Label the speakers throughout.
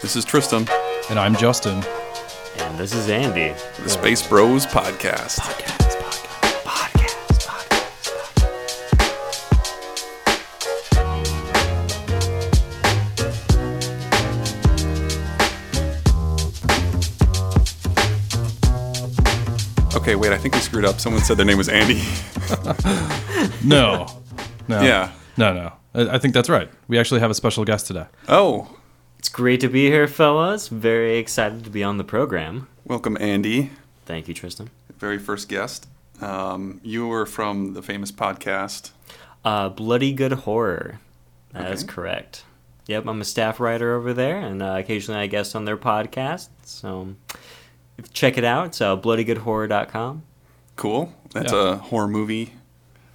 Speaker 1: This is Tristan,
Speaker 2: And I'm Justin.
Speaker 3: And this is Andy.
Speaker 1: the Space Bros podcast. Okay, wait, I think we screwed up. Someone said their name was Andy.
Speaker 2: No. No.
Speaker 1: Yeah.
Speaker 2: No, no. I, I think that's right. We actually have a special guest today.
Speaker 1: Oh,
Speaker 3: It's great to be here, fellas. Very excited to be on the program.
Speaker 1: welcome, Andy.
Speaker 3: Thank you, Tristan.
Speaker 1: Very first guest. Um, you were from the famous podcast.
Speaker 3: Uh, Bloody Good Horror. That is
Speaker 1: Okay.
Speaker 3: correct. Yep, I'm a staff writer over there, and uh, occasionally I guest on their podcast. So if- check it out. It's uh, bloodygoodhorror.com.
Speaker 1: Cool. That's
Speaker 2: Yeah.
Speaker 1: a horror movie,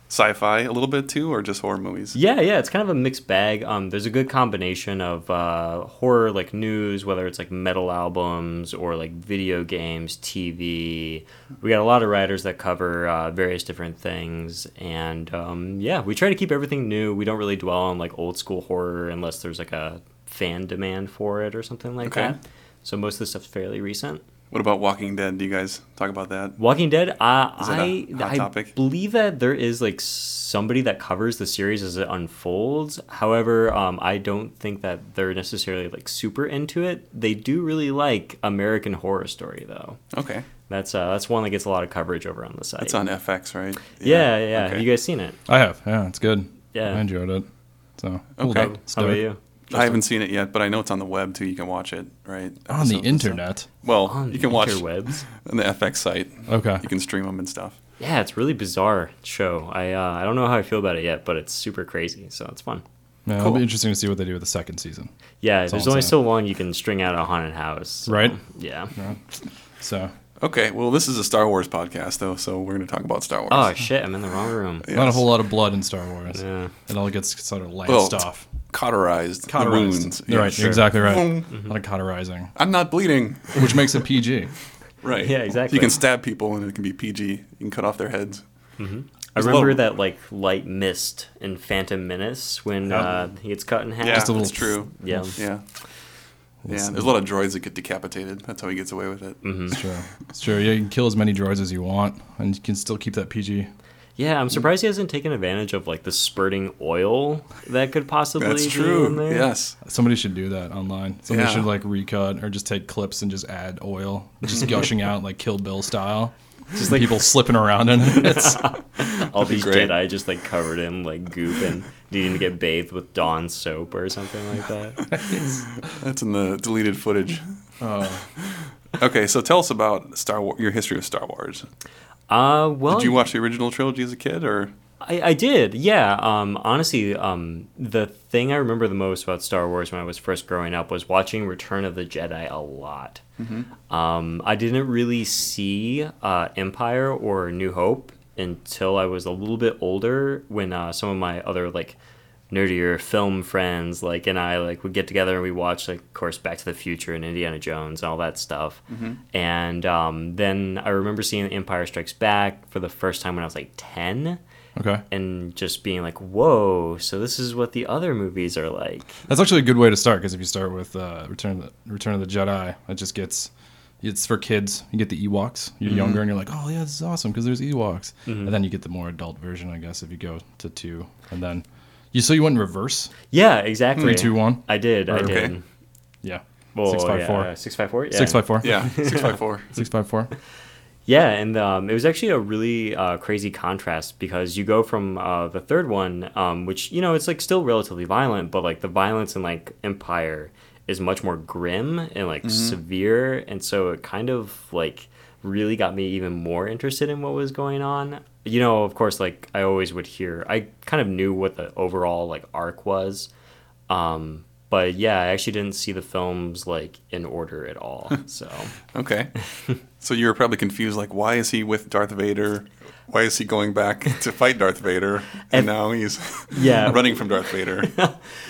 Speaker 1: sci fi a little bit too, or just horror movies?
Speaker 3: Yeah, yeah, it's kind of a mixed bag. Um, there's a good combination of uh, horror, like news, whether it's like metal albums or like video games, TV. We got a lot of writers that cover uh, various different things, and um, yeah, we try to keep everything new. We don't really dwell on like old school horror unless there's like a fan demand for it or something like
Speaker 1: Okay.
Speaker 3: that. So most of the stuff's fairly recent.
Speaker 1: What about Walking Dead? Do you guys talk about that?
Speaker 3: Walking Dead. Uh,
Speaker 1: Is that
Speaker 3: I
Speaker 1: a hot
Speaker 3: I
Speaker 1: topic?
Speaker 3: believe that there is like somebody that covers the series as it unfolds. However, um, I don't think that they're necessarily like super into it. They do really like American Horror Story though.
Speaker 1: Okay.
Speaker 3: That's uh, that's one that gets a lot of coverage over on the site.
Speaker 1: It's on FX, right?
Speaker 3: yeah, yeah.
Speaker 1: Okay.
Speaker 3: Have you guys seen it?
Speaker 2: I have. Yeah, it's good.
Speaker 3: Yeah.
Speaker 2: I enjoyed it. So,
Speaker 1: Okay.
Speaker 2: cool.
Speaker 3: How about you?
Speaker 1: I haven't seen it yet, but I know it's on the web too. You can watch it, right?
Speaker 2: On the
Speaker 1: Episodes and stuff.
Speaker 2: internet.
Speaker 1: Well,
Speaker 3: On
Speaker 1: you
Speaker 3: the
Speaker 1: can watch
Speaker 3: interwebs.
Speaker 1: on the FX site.
Speaker 2: Okay.
Speaker 1: You can stream them and stuff.
Speaker 3: Yeah, it's really bizarre show. I uh, I don't know how I feel about it yet, but it's super crazy, so it's fun.
Speaker 2: Yeah, It'll
Speaker 1: Cool.
Speaker 2: be interesting to see what they do with the second season.
Speaker 3: Yeah,
Speaker 2: all
Speaker 3: there's
Speaker 2: I'm
Speaker 3: only
Speaker 2: saying.
Speaker 3: so long you can string out a haunted house. so,
Speaker 2: Right.
Speaker 3: Yeah.
Speaker 2: So,
Speaker 1: Okay, well, this is a Star Wars podcast, though, so we're going to talk about Star Wars.
Speaker 3: Oh shit! I'm in the wrong room.
Speaker 2: not a
Speaker 1: Yes.
Speaker 2: whole lot of blood in Star Wars.
Speaker 3: Yeah.
Speaker 2: It all gets sort of lanced
Speaker 1: Well,
Speaker 2: off.
Speaker 1: cauterized, the
Speaker 2: Cauterized.
Speaker 1: wounds.
Speaker 2: You're
Speaker 1: Yeah,
Speaker 2: right.
Speaker 1: sure.
Speaker 2: Exactly right.
Speaker 1: Boom.
Speaker 2: A lot of cauterizing,
Speaker 1: I'm not bleeding.
Speaker 2: which makes it PG.
Speaker 1: Right.
Speaker 3: Yeah, exactly.
Speaker 1: You can stab people and it can be PG. You can cut off their heads.
Speaker 3: I
Speaker 1: There's a
Speaker 3: remember
Speaker 1: little-
Speaker 3: that like light mist in Phantom Menace when uh, he gets cut in half.
Speaker 1: Yeah,
Speaker 2: a little-
Speaker 1: it's true.
Speaker 3: Yeah.
Speaker 1: Yeah. Yeah, there's a lot of droids that get decapitated. That's how he gets away with it.
Speaker 3: Mm-hmm.
Speaker 2: It's true. It's true. Yeah, you can kill as many droids as you want, and you can still keep that PG.
Speaker 3: Yeah, I'm surprised he hasn't taken advantage of like the spurting oil that could possibly
Speaker 1: That's
Speaker 3: be in
Speaker 1: true.
Speaker 3: there.
Speaker 1: Yes.
Speaker 2: Somebody should do that online. Somebody
Speaker 1: Yeah.
Speaker 2: should like recut or just take clips and just add oil, just gushing out like Kill Bill style. Just
Speaker 3: like-
Speaker 2: people slipping around in it. It's-
Speaker 3: All these
Speaker 1: great.
Speaker 3: Jedi just like covered in like goop and needing to get bathed with Dawn soap or something like that.
Speaker 1: That's in the deleted footage.
Speaker 2: Oh.
Speaker 1: okay, so tell us about Star War- your history of Star Wars.
Speaker 3: Uh, well,
Speaker 1: Did you watch the original trilogy as a kid, or
Speaker 3: I, I did, yeah. Um, honestly, um, the thing I remember the most about Star Wars when I was first growing up was watching Return of the Jedi a lot. Um, I didn't really see uh, Empire or New Hope until I was a little bit older when uh, some of my other like nerdier film friends like and I like would get together and we watched like of course Back to the Future and Indiana Jones and all that stuff. And um, then I remember seeing Empire Strikes Back for the first time when I was like 10
Speaker 2: okay,
Speaker 3: and just being like, "Whoa!" So this is what the other movies are like.
Speaker 2: that's actually a good way to start because if you start with uh, Return of the Return of the Jedi, it just gets it's for kids. You get the Ewoks. You're
Speaker 3: Mm-hmm.
Speaker 2: younger and you're like, oh yeah, this is awesome because there's Ewoks. And then you get the more adult version, I guess, if you go to two, and then you so you went in reverse
Speaker 3: Yeah, exactly.
Speaker 2: three, two, one.
Speaker 3: I did. I
Speaker 2: Okay.
Speaker 3: did.
Speaker 2: Yeah,
Speaker 3: Well,
Speaker 2: six five
Speaker 3: yeah,
Speaker 2: four.
Speaker 3: uh, Six five four. Yeah.
Speaker 2: Six five four.
Speaker 1: yeah, six by four?
Speaker 2: Six five four.
Speaker 3: Yeah, and um, it was actually a really uh, crazy contrast because you go from uh, the third one, um, which you know it's like still relatively violent, but like the violence in like Empire is much more grim and like severe, and so it kind of like really got me even more interested in what was going on. You know, of course, like I always would hear, I kind of knew what the overall like arc was, um, but yeah, I actually didn't see the films like in order at all, so.
Speaker 1: Okay. so you were probably confused, like, why is he with Darth Vader? Why is he going back to fight Darth Vader? And now he's
Speaker 3: Yeah.
Speaker 1: running from Darth Vader.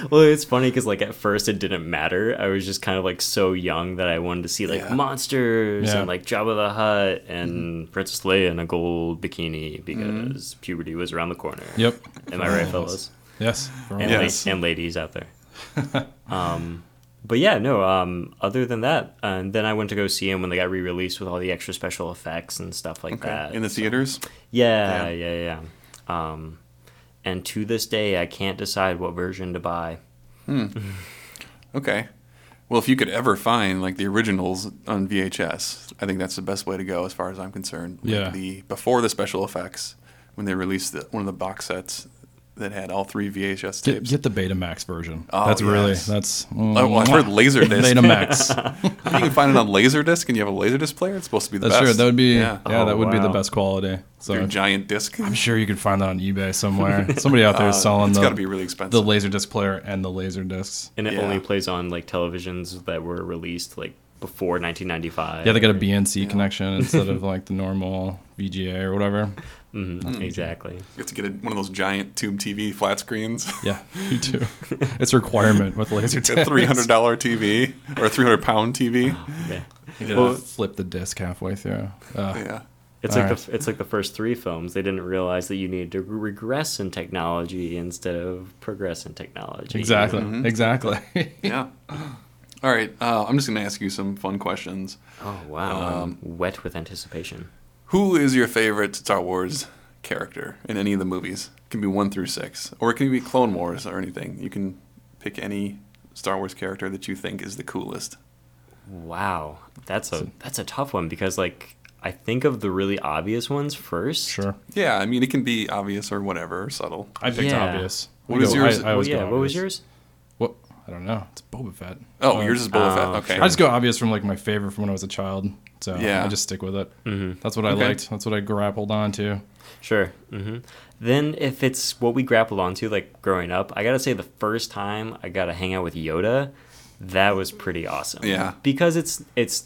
Speaker 3: Well, it's funny because like at first it didn't matter. I was just kind of like so young that I wanted to see like
Speaker 1: Yeah.
Speaker 3: monsters
Speaker 2: Yeah.
Speaker 3: and like Jabba the Hutt and Princess Leia in a gold bikini because puberty was around the corner.
Speaker 2: Yep.
Speaker 3: Am I right, fellas?
Speaker 2: Yes. we're on
Speaker 3: And,
Speaker 2: that.
Speaker 3: la-
Speaker 1: Yes.
Speaker 3: and ladies out there. um, but yeah, no. Um, other than that, and then I went to go see him when they got re-released with all the extra special effects and stuff like that.
Speaker 1: in the theaters.
Speaker 3: yeah, yeah, yeah, Um, and to this day, I can't decide what version to buy.
Speaker 1: Okay. Well, if you could ever find like the originals on VHS, I think that's the best way to go, as far as I'm concerned. Like,
Speaker 2: Yeah.
Speaker 1: the before the special effects, when they released the, one of the box sets that had all three VHS
Speaker 2: Get,
Speaker 1: tapes.
Speaker 2: get the Betamax version.
Speaker 1: Oh,
Speaker 2: that's really
Speaker 1: yes.
Speaker 2: that's. mm,
Speaker 1: Oh, well, I've heard Laserdisc.
Speaker 2: Betamax.
Speaker 1: you can find it on Laserdisc, and you have a Laserdisc player. It's supposed to be the
Speaker 2: That's
Speaker 1: best.
Speaker 2: true. That would be
Speaker 1: yeah.
Speaker 2: yeah.
Speaker 3: Oh,
Speaker 2: that would be the
Speaker 3: wow.
Speaker 2: best quality. So
Speaker 1: Through a giant disc.
Speaker 2: I'm sure you could find that on eBay somewhere. Somebody out there is selling
Speaker 1: Uh, it's
Speaker 2: the,
Speaker 1: gotta be really expensive.
Speaker 2: the laser disc player and the laser discs.
Speaker 3: And it
Speaker 1: Yeah.
Speaker 3: only plays on like televisions that were released like before 1995.
Speaker 2: Yeah, they got a BNC connection instead of like the normal VGA or whatever.
Speaker 3: Mhm,
Speaker 2: Mm-hmm.
Speaker 3: Exactly.
Speaker 1: You have to get a, one of those giant tube TV flat screens.
Speaker 2: Yeah, you do. It's a requirement with laser
Speaker 1: It's a
Speaker 2: discs.
Speaker 1: three hundred dollar TV or a three hundred pound TV.
Speaker 3: Yeah.
Speaker 2: You gotta
Speaker 3: Well-
Speaker 2: flip the disc halfway through. Uh,
Speaker 1: Yeah.
Speaker 3: It's
Speaker 2: All
Speaker 3: like
Speaker 2: right.
Speaker 3: the it's like the first three films. They didn't realize that you needed to regress in technology instead of progress in technology.
Speaker 2: exactly.
Speaker 1: Mm-hmm.
Speaker 2: Exactly.
Speaker 1: Yeah. All right. Uh, I'm just going to ask you some fun questions.
Speaker 3: Oh wow!
Speaker 1: Um,
Speaker 3: I'm wet with anticipation.
Speaker 1: Who is your favorite Star Wars character in any of the movies? It can be one through six, or it can be Clone Wars or anything. You can pick any Star Wars character that you think is the coolest.
Speaker 3: Wow, that's a that's a tough one because like I think of the really obvious ones first.
Speaker 2: sure.
Speaker 1: Yeah, I mean it can be obvious or whatever, or subtle.
Speaker 2: I picked
Speaker 3: Yeah.
Speaker 2: obvious.
Speaker 1: What is yours?
Speaker 3: Oh
Speaker 2: always go
Speaker 3: yeah, what was
Speaker 2: obvious.
Speaker 3: yours?
Speaker 2: What? I don't know. It's Boba Fett.
Speaker 1: Oh,
Speaker 2: Uh,
Speaker 1: yours is Boba
Speaker 3: oh,
Speaker 1: Fett. Okay.
Speaker 3: sure.
Speaker 2: I just go obvious from like my favorite from when I was a child. So
Speaker 1: Yeah.
Speaker 2: I just stick with it. Mm-hmm. That's what I
Speaker 1: Okay.
Speaker 2: liked. That's what I grappled on to.
Speaker 3: Sure. hmm Then if it's what we grappled onto like growing up, I gotta say the first time I got to hang out with Yoda, that was pretty awesome.
Speaker 1: Yeah.
Speaker 3: Because it's it's.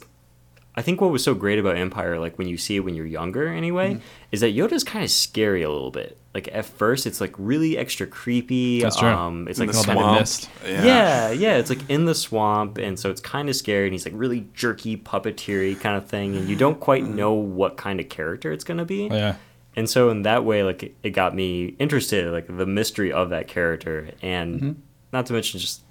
Speaker 3: I think what was so great about Empire, like when you see it when you're younger anyway,
Speaker 1: Mm-hmm.
Speaker 3: is that Yoda's kind of scary a little bit. Like at first, it's like really extra creepy.
Speaker 2: That's true.
Speaker 3: Um, it's
Speaker 1: In
Speaker 3: like
Speaker 1: the
Speaker 3: kind of
Speaker 1: swamp.
Speaker 2: missed.
Speaker 1: Yeah.
Speaker 3: yeah, yeah, it's like in the swamp, and so it's kind of scary, and he's like really jerky, puppeteery kind of thing, and you don't quite
Speaker 1: Mm-hmm.
Speaker 3: know what kind of character it's gonna be.
Speaker 2: Yeah.
Speaker 3: And so in that way, like it- it got me interested, like the mystery of that character, and not to mention just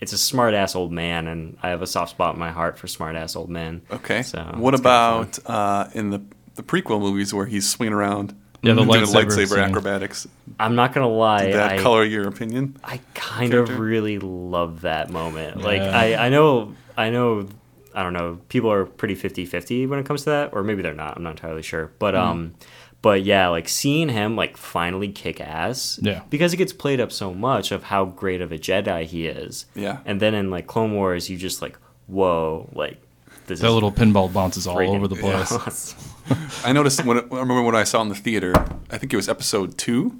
Speaker 3: it's a smart ass old man, and I have a soft spot in my heart for smart ass old men.
Speaker 1: Okay.
Speaker 3: So
Speaker 1: what
Speaker 3: it's kinda fun.
Speaker 1: about uh, in the the prequel movies where he's swinging around?
Speaker 2: Yeah, the
Speaker 1: doing
Speaker 2: lightsaber
Speaker 1: lightsaber
Speaker 2: scene.
Speaker 1: acrobatics.
Speaker 3: I'm not gonna lie,
Speaker 1: Did that
Speaker 3: I,
Speaker 1: color your opinion?
Speaker 3: I kind
Speaker 1: character?
Speaker 3: of really love that moment. Like
Speaker 2: Yeah.
Speaker 3: I, I know I know I don't know, people are pretty 50-50 when it comes to that or maybe they're not. I'm not entirely sure.
Speaker 2: Hmm.
Speaker 3: But um but yeah, like seeing him like finally kick ass
Speaker 2: Yeah.
Speaker 3: because it gets played up so much of how great of a Jedi he is.
Speaker 1: Yeah.
Speaker 3: And then in like Clone Wars you just like whoa, like this
Speaker 2: That
Speaker 3: is
Speaker 2: little pinball bounces all
Speaker 3: freaking
Speaker 2: over the place.
Speaker 3: awesome.
Speaker 1: I noticed when I remember when I saw in the theater. I think it was episode two,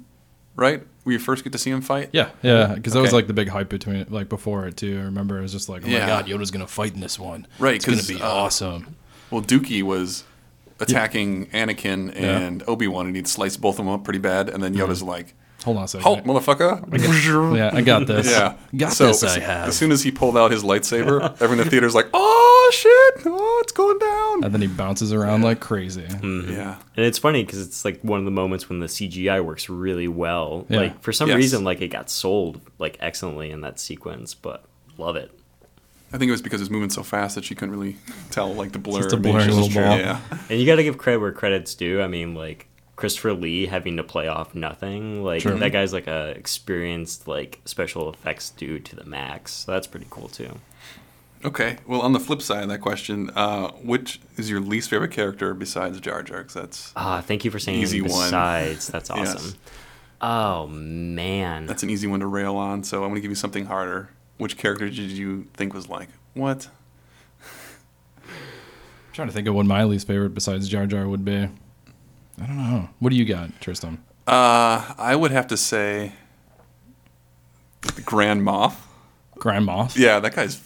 Speaker 1: right? Where you first get to see him fight.
Speaker 2: Yeah, yeah, because that was
Speaker 1: Okay.
Speaker 2: like the big hype between it, like before it too. I remember it was just like, oh
Speaker 1: Yeah.
Speaker 2: my god, Yoda's gonna fight in this one.
Speaker 1: Right,
Speaker 2: it's gonna
Speaker 1: 'cause,
Speaker 2: be
Speaker 1: uh,
Speaker 2: awesome.
Speaker 1: Well, Dookie was attacking Anakin and Obi Wan, and he'd slice both of them up pretty bad. And then Yoda's like,
Speaker 2: Hold on a second.
Speaker 1: "Halt, motherfucker!"
Speaker 2: Mm-hmm. yeah, I got this.
Speaker 1: yeah,
Speaker 2: got
Speaker 1: so
Speaker 2: this.
Speaker 1: as,
Speaker 2: I have.
Speaker 1: as soon as he pulled out his lightsaber, everyone in the theater's like, "Oh shit! Oh, it's going down!"
Speaker 2: and then he bounces around like crazy.
Speaker 1: Yeah,
Speaker 3: And it's funny because it's like one of the moments when the CGI works really well.
Speaker 2: Yeah.
Speaker 3: Like for some
Speaker 1: Yes.
Speaker 3: reason, like it got sold like excellently in that sequence, but love it.
Speaker 1: I think it was because it was moving so fast that she couldn't really tell, like the blur.
Speaker 2: just a
Speaker 1: Maybe
Speaker 2: blurry
Speaker 1: she was
Speaker 2: little
Speaker 1: just-
Speaker 2: ball.
Speaker 1: Yeah.
Speaker 3: And you got to give credit where credit's due. I mean, like Christopher Lee having to play off nothing, like
Speaker 2: True.
Speaker 3: that guy's like a experienced like special effects dude to the max. So that's pretty cool too.
Speaker 1: Okay. Well, on the flip side of that question, uh, which is your least favorite character besides Jar Jar? 'Cause that's
Speaker 3: Ah, thank you for saying
Speaker 1: Easy one.
Speaker 3: besides. That's
Speaker 1: Yes.
Speaker 3: awesome. Oh man.
Speaker 1: that's an easy one to rail on. So I'm going to give you something harder. Which character did you think was like what?
Speaker 2: I'm trying to think of what my least favorite besides Jar Jar would be. I don't know. What do you got, Tristan?
Speaker 1: Uh, I would have to say Grand Moff.
Speaker 2: Grand Moff.
Speaker 1: Yeah, that guy's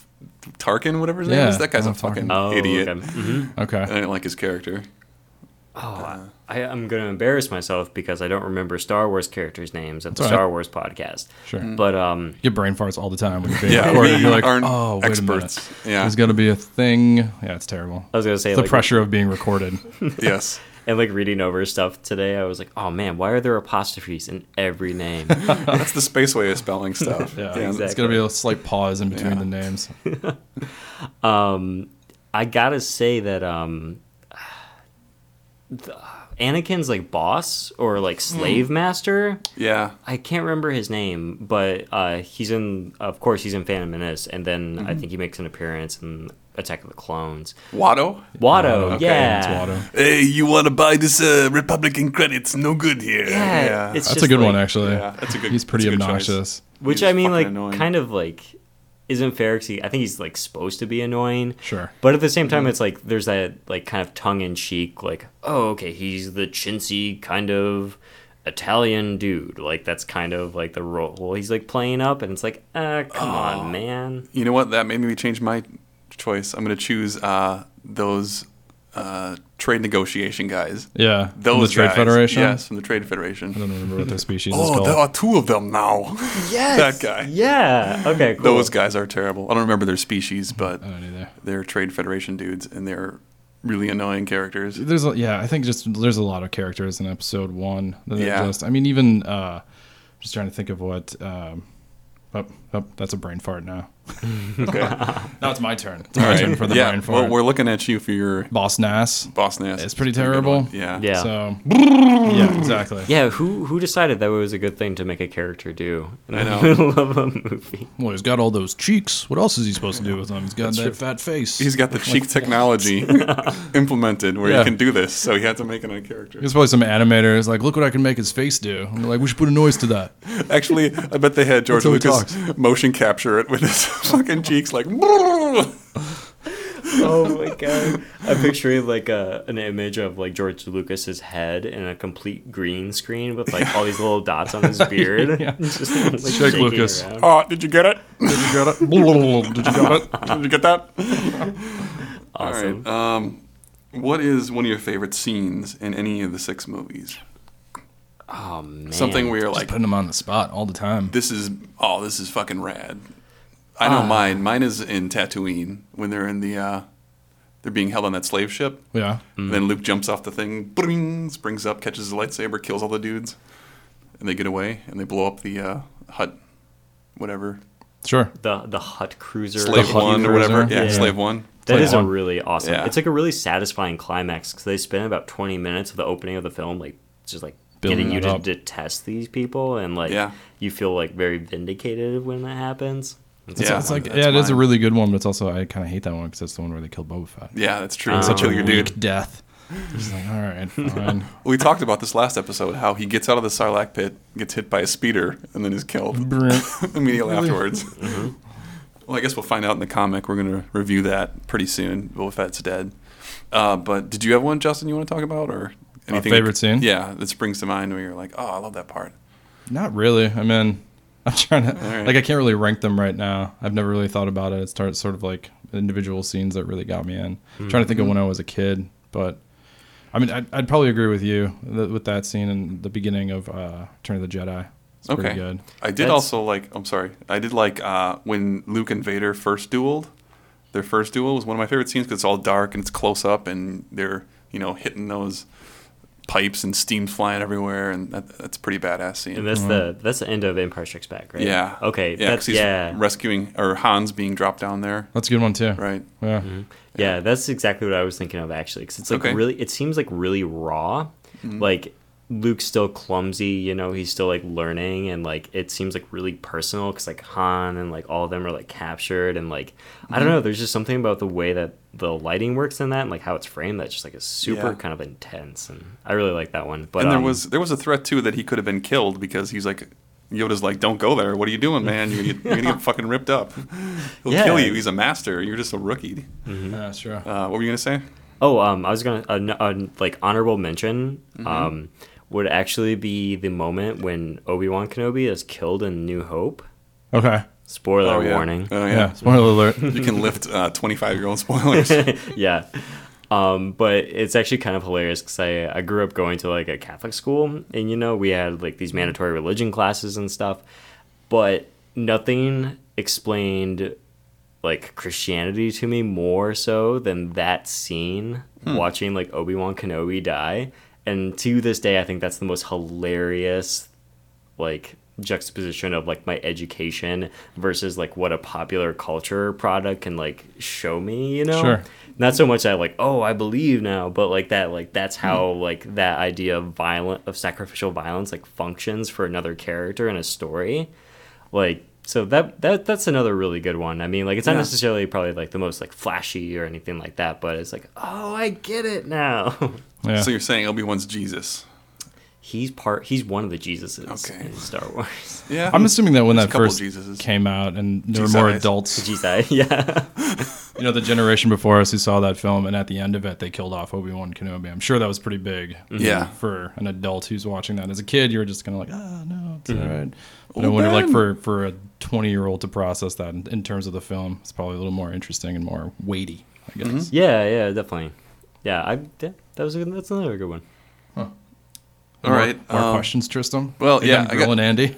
Speaker 1: Tarkin, whatever his name
Speaker 2: Yeah,
Speaker 1: is. That guy's a
Speaker 2: Grand Tarkin.
Speaker 1: fucking
Speaker 3: oh,
Speaker 1: idiot.
Speaker 3: okay. Mhm.
Speaker 1: I
Speaker 2: Okay.
Speaker 1: didn't like his character.
Speaker 3: Oh, I, I'm going to embarrass myself because I don't remember Star Wars characters' names at the
Speaker 2: all right.
Speaker 3: Star Wars podcast.
Speaker 2: Sure.
Speaker 3: But um,
Speaker 2: You get brain farts all the time when you're being
Speaker 1: Yeah,
Speaker 2: recorded.
Speaker 1: we
Speaker 2: You're like,
Speaker 1: aren't
Speaker 2: oh, wait
Speaker 1: experts.
Speaker 2: a minute.
Speaker 1: Yeah.
Speaker 2: There's got to be a thing. Yeah, it's terrible.
Speaker 3: I was going to say
Speaker 2: the
Speaker 3: like,
Speaker 2: pressure of being recorded.
Speaker 1: Yes.
Speaker 3: and like reading over stuff today, I was like, oh man, why are there apostrophes in every name?
Speaker 1: That's the space way of spelling stuff.
Speaker 2: Yeah, it's
Speaker 3: Exactly.
Speaker 2: gonna be a slight pause in between
Speaker 1: Yeah.
Speaker 2: the names.
Speaker 3: um, I gotta say that um, the- Anakin's like boss or like slave master.
Speaker 1: Yeah.
Speaker 3: I can't remember his name, but uh, he's in. Of course, he's in Phantom Menace, and then I think he makes an appearance in Attack of the Clones.
Speaker 1: Watto.
Speaker 3: Watto,
Speaker 2: Uh, Oh, Okay,
Speaker 3: yeah,
Speaker 2: it's Watto.
Speaker 1: Hey, you want to buy this uh, Republican credits? No good here.
Speaker 3: Yeah, it's
Speaker 2: That's
Speaker 3: just
Speaker 2: a good
Speaker 3: like-
Speaker 2: one, actually.
Speaker 1: Yeah, that's a good-
Speaker 2: He's pretty
Speaker 1: that's a good choice.
Speaker 2: obnoxious.
Speaker 3: Which
Speaker 1: He's
Speaker 3: I mean,
Speaker 1: fucking
Speaker 3: like,
Speaker 1: annoying.
Speaker 3: kind of like isn't fair because I think he's like supposed to be annoying.
Speaker 2: Sure.
Speaker 3: But at the same
Speaker 1: Mm-hmm.
Speaker 3: time, it's like there's that like kind of tongue in cheek, like, oh, okay, he's the chintzy kind of Italian dude. Like that's kind of like the role he's like playing up, and it's like, uh, come
Speaker 1: Oh.
Speaker 3: on, man.
Speaker 1: You know what? That made me change my choice. I'm going to choose uh, those uh, trade negotiation guys.
Speaker 2: Yeah. from
Speaker 1: Those
Speaker 2: the Trade
Speaker 1: guys.
Speaker 2: Federation.
Speaker 1: Yes, from the Trade
Speaker 2: I
Speaker 1: Federation.
Speaker 2: don't remember what their species is
Speaker 1: Oh,
Speaker 2: called.
Speaker 1: there are two of them now.
Speaker 3: Yes.
Speaker 1: guy.
Speaker 3: Yeah. Okay. Cool.
Speaker 1: Those guys are terrible. I don't remember their species, but
Speaker 2: Mm-hmm. I don't either.
Speaker 1: they're Trade Federation dudes, and they're really annoying characters.
Speaker 2: there's a, yeah i think just there's a lot of characters in episode one that are
Speaker 1: Yeah.
Speaker 2: just i mean even uh just trying to think of what um oh, oh that's a brain fart now
Speaker 1: Okay.
Speaker 2: now it's my turn it's my turn for the
Speaker 1: yeah.
Speaker 2: brain fart
Speaker 1: Well, we're looking at you for your
Speaker 2: boss nass
Speaker 1: boss nass.
Speaker 2: It's pretty
Speaker 1: a good
Speaker 2: terrible.
Speaker 1: one. Yeah.
Speaker 3: Yeah.
Speaker 2: so yeah exactly
Speaker 3: Yeah. Who who decided that was a good thing to make a character do in the
Speaker 1: I know.
Speaker 3: middle of a movie?
Speaker 2: well he's got all those cheeks what else is he supposed to do with them he's got that fat face
Speaker 1: He's got the cheek technology implemented where
Speaker 2: Yeah.
Speaker 1: he can do this, so he had to make it a character.
Speaker 2: there's probably some animators like look what i can make his face do I'm like we should put a noise to that
Speaker 1: Actually, I bet they had George
Speaker 2: how he
Speaker 1: Lucas motion capture it with his fucking cheeks, like.
Speaker 3: oh my god! I'm picturing like a an image of like George Lucas's head in a complete green screen with like all these little dots on his beard.
Speaker 2: Yeah.
Speaker 3: Just, like,
Speaker 2: Shake
Speaker 3: shaking
Speaker 2: Lucas.
Speaker 3: around.
Speaker 1: Oh, did you get it?
Speaker 2: did you get it did you get it
Speaker 1: Did you get that?
Speaker 3: Awesome.
Speaker 1: All right. Um, what is one of your favorite scenes in any of the six movies?
Speaker 3: Oh man.
Speaker 1: Something where you're
Speaker 2: like
Speaker 1: like,
Speaker 2: putting him on the spot all the time
Speaker 1: this is oh, this is fucking rad. I
Speaker 2: Ah.
Speaker 1: know mine. Mine is in Tatooine when they're in the uh, they're being held on that slave ship.
Speaker 2: yeah
Speaker 1: And then Luke jumps off the thing, bling, springs up, catches his lightsaber, kills all the dudes, and they get away and they blow up the uh, hut, whatever
Speaker 2: sure
Speaker 3: The the hut cruiser.
Speaker 1: slave
Speaker 2: hut
Speaker 1: one or
Speaker 2: cruiser.
Speaker 1: whatever. Yeah,
Speaker 3: Yeah.
Speaker 1: slave one.
Speaker 3: That
Speaker 2: Like
Speaker 3: is a
Speaker 2: on-
Speaker 3: really awesome.
Speaker 1: Yeah.
Speaker 3: It's like a really satisfying climax because they spend about 20 minutes of the opening of the film like just like
Speaker 2: Building
Speaker 3: getting you
Speaker 2: it
Speaker 3: to
Speaker 2: up.
Speaker 3: detest these people and like
Speaker 1: Yeah.
Speaker 3: you feel like very vindicated when that happens. It's
Speaker 1: Yeah.
Speaker 2: It's like
Speaker 1: That's
Speaker 2: yeah, it is a
Speaker 1: mine.
Speaker 2: really good one, but it's also I kind of hate that one because that's the one where they killed Boba Fett.
Speaker 1: Yeah, that's true.
Speaker 3: Um,
Speaker 1: Such a
Speaker 2: Such a
Speaker 1: your dude.
Speaker 2: weak death. Just like all right, fine.
Speaker 1: We talked about this last episode how he gets out of the Sarlacc pit, gets hit by a speeder, and then is killed immediately afterwards.
Speaker 2: Mm-hmm.
Speaker 1: Well, I guess we'll find out in the comic. We're going to review that pretty soon. Boba Fett's dead. Uh, but did you have one, Justin? You want to talk about or anything?
Speaker 2: favorite scene?
Speaker 1: Yeah, that springs to mind where you're like, oh, I love that part.
Speaker 2: Not really. I mean, I'm trying to
Speaker 1: right.
Speaker 2: like I can't really rank them right now. I've never really thought about it. It's tar- sort of like individual scenes that really got me in.
Speaker 1: Hmm.
Speaker 2: I'm trying to think of when I was a kid, but I mean, I'd, I'd probably agree with you th- with that scene in the beginning of uh, Return of the Jedi. It's
Speaker 1: Okay.
Speaker 2: pretty good.
Speaker 1: I did
Speaker 3: That's-
Speaker 1: also like. I'm sorry. I did like uh, when Luke and Vader first dueled. Their first duel was one of my favorite scenes because it's all dark and it's close up, and they're you know hitting those pipes and steam flying everywhere, and that, that's a pretty badass scene.
Speaker 3: And that's the that's the end of Empire Strikes Back, right?
Speaker 1: yeah.
Speaker 3: Okay.
Speaker 1: Yeah. 'cause
Speaker 3: that's
Speaker 1: he's
Speaker 3: yeah.
Speaker 1: Rescuing or Han's being dropped down there.
Speaker 2: That's a good one too.
Speaker 1: Right. Mm-hmm.
Speaker 2: Yeah.
Speaker 3: yeah. That's exactly what I was thinking of actually, because it's like
Speaker 1: Okay. Mm-hmm.
Speaker 3: really. It seems like really raw. Like Luke's still clumsy. You know, he's still like learning, and like it seems like really personal because like Han and like all of them are like captured, and like I
Speaker 1: Mm-hmm.
Speaker 3: don't know. There's just something about the way that the lighting works in that, and like how it's framed. That's just like is super
Speaker 1: Yeah.
Speaker 3: kind of intense, and I really like that one. But
Speaker 1: and there
Speaker 3: um,
Speaker 1: was there was a threat too that he could have been killed because he's like Yoda's like, don't go there. What are you doing, man? You're gonna get, you're gonna get fucking ripped up. He'll
Speaker 3: Yeah.
Speaker 1: kill you. He's a master. You're just a rookie.
Speaker 2: Yeah, sure.
Speaker 1: Uh, what were you gonna say?
Speaker 3: Oh, um, I was gonna uh, n- uh, like honorable mention.
Speaker 1: Mm-hmm.
Speaker 3: Um, would actually be the moment when Obi Wan Kenobi is killed in New Hope.
Speaker 2: Okay.
Speaker 3: Spoiler
Speaker 1: yeah.
Speaker 3: warning.
Speaker 1: Oh
Speaker 2: Yeah.
Speaker 1: yeah.
Speaker 2: Spoiler alert.
Speaker 1: You can lift uh, 25 year old spoilers.
Speaker 3: yeah. Um, but it's actually kind of hilarious because I, I grew up going to like a Catholic school and you know we had like these mandatory religion classes and stuff, but nothing explained like Christianity to me more so than that scene watching like Obi Wan Kenobi die. And to this day, I think that's the most hilarious like juxtaposition of like my education versus like what a popular culture product can like show me. You know,
Speaker 2: Sure.
Speaker 3: not so much that like oh I believe now, but like that like that's how like that idea of violent of sacrificial violence like functions for another character in a story like so that that that's another really good one. I mean, like it's not
Speaker 1: Yeah.
Speaker 3: necessarily probably like the most like flashy or anything like that, but it's like, oh, I get it now.
Speaker 2: Yeah.
Speaker 1: So you're saying Obi Wan's Jesus?
Speaker 3: he's part. He's one of the Jesuses
Speaker 1: Okay.
Speaker 3: in Star Wars.
Speaker 1: Yeah,
Speaker 2: I'm assuming that when
Speaker 1: There's a
Speaker 2: that
Speaker 1: couple
Speaker 2: first
Speaker 1: Jesuses.
Speaker 2: came out and there
Speaker 1: Jesus.
Speaker 2: were more adults,
Speaker 3: Jesus, yeah.
Speaker 2: you know, the generation before us who saw that film, and at the end of it, they killed off Obi Wan Kenobi. I'm sure that was pretty big.
Speaker 1: Mm-hmm. Yeah.
Speaker 2: For an adult who's watching that. As a kid, you were just kind of like, ah, no, it's
Speaker 1: Mm-hmm.
Speaker 2: all right. But I
Speaker 1: Old
Speaker 2: wonder, like,
Speaker 1: man.
Speaker 2: for, for a 20 year old to process that in, in terms of the film, it's probably a little more interesting and more weighty, I guess.
Speaker 1: Mm-hmm.
Speaker 3: yeah, yeah, definitely. Yeah, I yeah, that was a good, that's another good one.
Speaker 1: All
Speaker 2: more,
Speaker 1: right.
Speaker 2: More
Speaker 1: um,
Speaker 2: questions, Tristan?
Speaker 1: well,
Speaker 2: Think
Speaker 1: yeah,
Speaker 2: I'm
Speaker 1: I got-
Speaker 2: grilling Andy.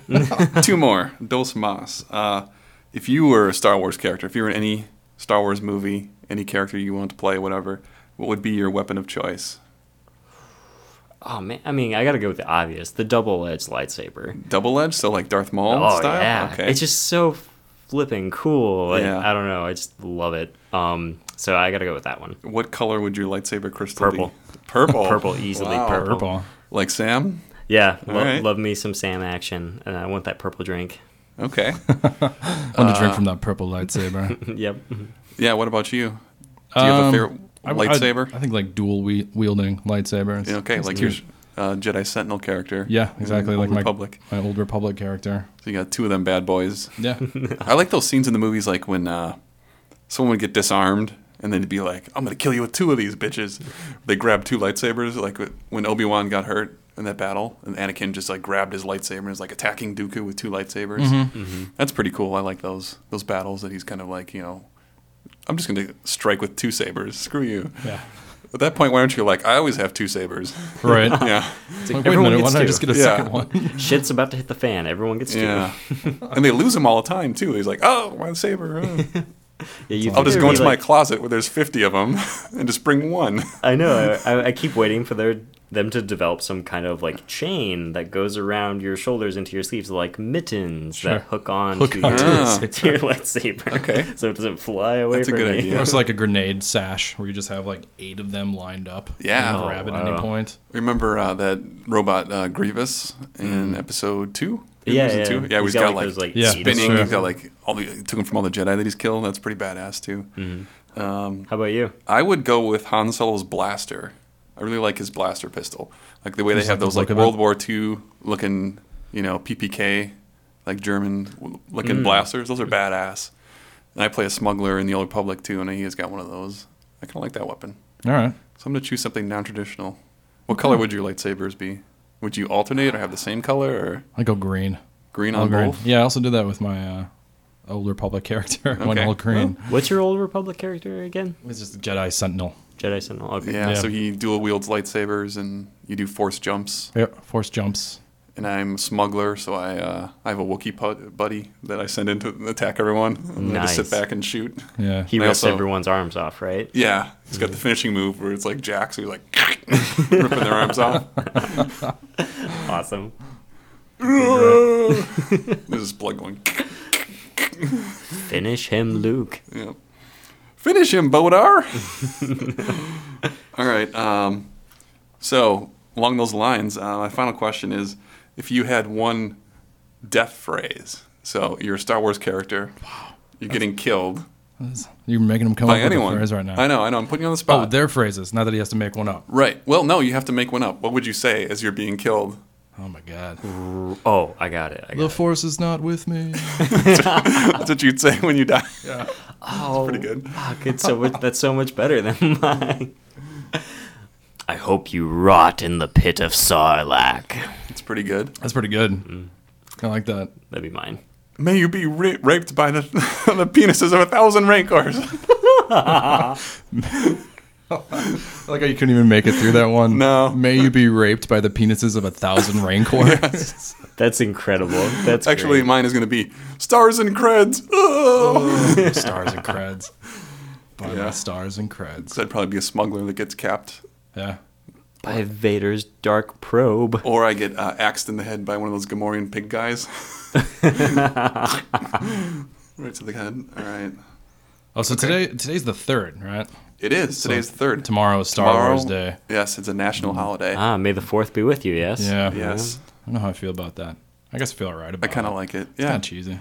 Speaker 1: two more. Dos Mas. Uh, if you were a Star Wars character, if you were in any Star Wars movie, any character you want to play, whatever, what would be your weapon of choice?
Speaker 3: Oh man, I mean, I gotta go with the obvious, the double-edged lightsaber.
Speaker 1: Double edged, so like Darth Maul
Speaker 3: Oh
Speaker 1: style.
Speaker 3: yeah,
Speaker 1: Okay.
Speaker 3: it's just so flipping cool. Like,
Speaker 1: Yeah.
Speaker 3: I don't know, I just love it. Um, so I gotta go with that one.
Speaker 1: what color would your lightsaber crystal
Speaker 3: Purple.
Speaker 1: be? Purple.
Speaker 3: Purple, easily
Speaker 1: Wow.
Speaker 3: purple.
Speaker 2: Purple.
Speaker 1: Like Sam?
Speaker 3: Yeah, lo-
Speaker 1: right.
Speaker 3: love me some Sam action, and I want that purple drink.
Speaker 1: Okay.
Speaker 2: I want to
Speaker 1: Uh,
Speaker 2: drink from that purple lightsaber.
Speaker 3: yep.
Speaker 1: yeah. What about you? Do you have a
Speaker 2: Um,
Speaker 1: favorite
Speaker 2: I- I-
Speaker 1: lightsaber?
Speaker 2: I, think like dual whe- wielding lightsabers.
Speaker 1: Yeah, okay,
Speaker 2: It's
Speaker 1: like your
Speaker 2: weird.
Speaker 1: uh, Jedi Sentinel character.
Speaker 2: yeah,
Speaker 1: in
Speaker 2: exactly.
Speaker 1: Old
Speaker 2: Like my
Speaker 1: Republic.
Speaker 2: my old Republic character.
Speaker 1: So you got two of them bad boys.
Speaker 2: Yeah,
Speaker 1: I like those scenes in the movies, like when uh, someone would get disarmed and then he'd be like, "I'm gonna kill you with two of these bitches." They grab two lightsabers, like when Obi Wan got hurt in that battle, and Anakin just like grabbed his lightsaber and was like attacking Dooku with two lightsabers. That's pretty cool. I like those those battles that he's kind of like, you know, I'm just gonna strike with two sabers. Screw you.
Speaker 2: yeah.
Speaker 1: At that point, why aren't you like, I always have two sabers?
Speaker 2: Right.
Speaker 1: yeah.
Speaker 3: It's like,
Speaker 2: Wait a
Speaker 3: everyone
Speaker 2: minute. Why
Speaker 3: gets
Speaker 2: don't I
Speaker 3: two.
Speaker 2: just get a
Speaker 1: Yeah.
Speaker 2: second one?
Speaker 3: Shit's about to hit the fan. Everyone gets two.
Speaker 1: Yeah. and they lose him all the time, too. He's like, oh, my saber. oh."
Speaker 3: Yeah, you
Speaker 1: I'll just go into my
Speaker 3: like,
Speaker 1: closet where there's 50 of them and just bring one.
Speaker 3: I know. I- I, I keep waiting for their them to develop some kind of like chain that goes around your shoulders into your sleeves, like mittens
Speaker 2: Sure.
Speaker 3: that hook on
Speaker 2: Hook
Speaker 3: to,
Speaker 2: on
Speaker 3: your,
Speaker 2: to
Speaker 1: the
Speaker 3: to your lightsaber.
Speaker 1: Okay.
Speaker 3: So it doesn't fly away
Speaker 1: That's a
Speaker 3: from
Speaker 1: good
Speaker 3: you.
Speaker 1: idea.
Speaker 2: Or it's like a grenade sash where you just have like eight of them lined up.
Speaker 1: Yeah.
Speaker 2: You can
Speaker 1: Oh,
Speaker 2: grab at any
Speaker 3: wow.
Speaker 2: point.
Speaker 1: Remember uh, that robot uh, Grievous in episode two?
Speaker 3: Yeah,
Speaker 1: Episode
Speaker 3: yeah.
Speaker 1: two? Mm. yeah.
Speaker 3: He's
Speaker 1: We've
Speaker 3: got,
Speaker 1: got,
Speaker 3: like,
Speaker 1: like,
Speaker 3: those, like,
Speaker 2: Yeah.
Speaker 1: spinning.
Speaker 2: Sure.
Speaker 1: He's got like all the he took him from all the Jedi that he's killed. That's pretty badass too. Um,
Speaker 3: How about you?
Speaker 1: I would go with Han Solo's blaster. I really like his blaster pistol. Like the way they
Speaker 2: Just
Speaker 1: have
Speaker 2: like the
Speaker 1: those like
Speaker 2: look of it.
Speaker 1: World War II looking, you know, PPK, like German looking blasters. Those are badass. And I play a smuggler in the Old Republic too, and he has got one of those. I kind of like that weapon.
Speaker 2: All right.
Speaker 1: So I'm gonna choose something non-traditional. What color would your lightsabers be? Would you alternate or have the same color or
Speaker 2: I go green.
Speaker 1: green
Speaker 2: All
Speaker 1: on
Speaker 2: green.
Speaker 1: both?
Speaker 2: Yeah. I also did that with my uh, old Republic character. I went
Speaker 1: Okay.
Speaker 2: all green.
Speaker 3: What's your old Republic character again?
Speaker 2: It's just Jedi Sentinel.
Speaker 3: Jedi Sentinel. Okay.
Speaker 1: Yeah,
Speaker 2: Yeah.
Speaker 1: So he dual wields lightsabers, and you do force jumps.
Speaker 2: Yep. Force jumps.
Speaker 1: And I'm a smuggler, so I uh, I have a Wookiee put- buddy that I send in to attack everyone. And I just
Speaker 3: Nice.
Speaker 1: sit back and shoot.
Speaker 2: Yeah.
Speaker 3: He
Speaker 1: They
Speaker 3: rips
Speaker 1: also-
Speaker 3: everyone's arms off, right?
Speaker 1: Yeah, he's got the finishing move where it's like Jack, so he's like ripping their arms off.
Speaker 3: Awesome.
Speaker 1: There's just blood going.
Speaker 3: Finish him, Luke.
Speaker 1: Yep. Finish him, Bodar. All right. Um, so along those lines, uh, my final question is: If you had one death phrase, so you're a Star Wars character, you're getting killed
Speaker 2: You're making him come
Speaker 1: by
Speaker 2: up with
Speaker 1: anyone.
Speaker 2: a phrase right now.
Speaker 1: I know. I know. I'm putting you on the
Speaker 2: Oh,
Speaker 1: spot.
Speaker 2: their phrases. Not that he has to make one up.
Speaker 1: right. Well, no, you have to make one up. What would you say as you're being killed?
Speaker 2: Oh my God.
Speaker 3: Oh, I got it. I got
Speaker 2: The
Speaker 3: it.
Speaker 2: force is not with me.
Speaker 1: That's what you'd say when you die.
Speaker 3: Oh,
Speaker 1: Pretty good.
Speaker 3: Fuck, it's so much, that's so much better than mine. I hope you rot in the pit of Sarlacc.
Speaker 1: It's pretty good.
Speaker 2: That's pretty good.
Speaker 1: Mm.
Speaker 2: I like that.
Speaker 3: That'd be mine.
Speaker 1: May you be ra- raped by the the penises of a thousand rancors.
Speaker 2: I like how you couldn't even make it through that one.
Speaker 1: No.
Speaker 2: May you be raped by the penises of a thousand rancors.
Speaker 3: That's incredible. That's
Speaker 1: Actually,
Speaker 3: great.
Speaker 1: mine is going to be stars and creds.
Speaker 2: Uh.
Speaker 1: Oh!
Speaker 2: stars and creds. By
Speaker 1: Yeah.
Speaker 2: my stars and creds.
Speaker 1: So I'd probably be a smuggler that gets capped,
Speaker 2: Yeah.
Speaker 3: by Vader's dark probe.
Speaker 1: or I get uh, axed in the head by one of those Gamorrean pig guys. right to the head. All right.
Speaker 2: Oh, so today today's the third, right?
Speaker 1: It is. Today's the third.
Speaker 2: Tomorrow is Star
Speaker 1: Tomorrow-
Speaker 2: Wars Day. Mm.
Speaker 1: Yes, it's a national holiday.
Speaker 3: Ah, may the fourth be with you. Yes.
Speaker 2: Yeah.
Speaker 1: Yes,
Speaker 2: I don't know how I feel about that. I guess I feel alright
Speaker 1: I
Speaker 2: about.
Speaker 1: kind
Speaker 2: it.
Speaker 1: of like it.
Speaker 2: It's
Speaker 1: Yeah,
Speaker 2: kind of cheesy.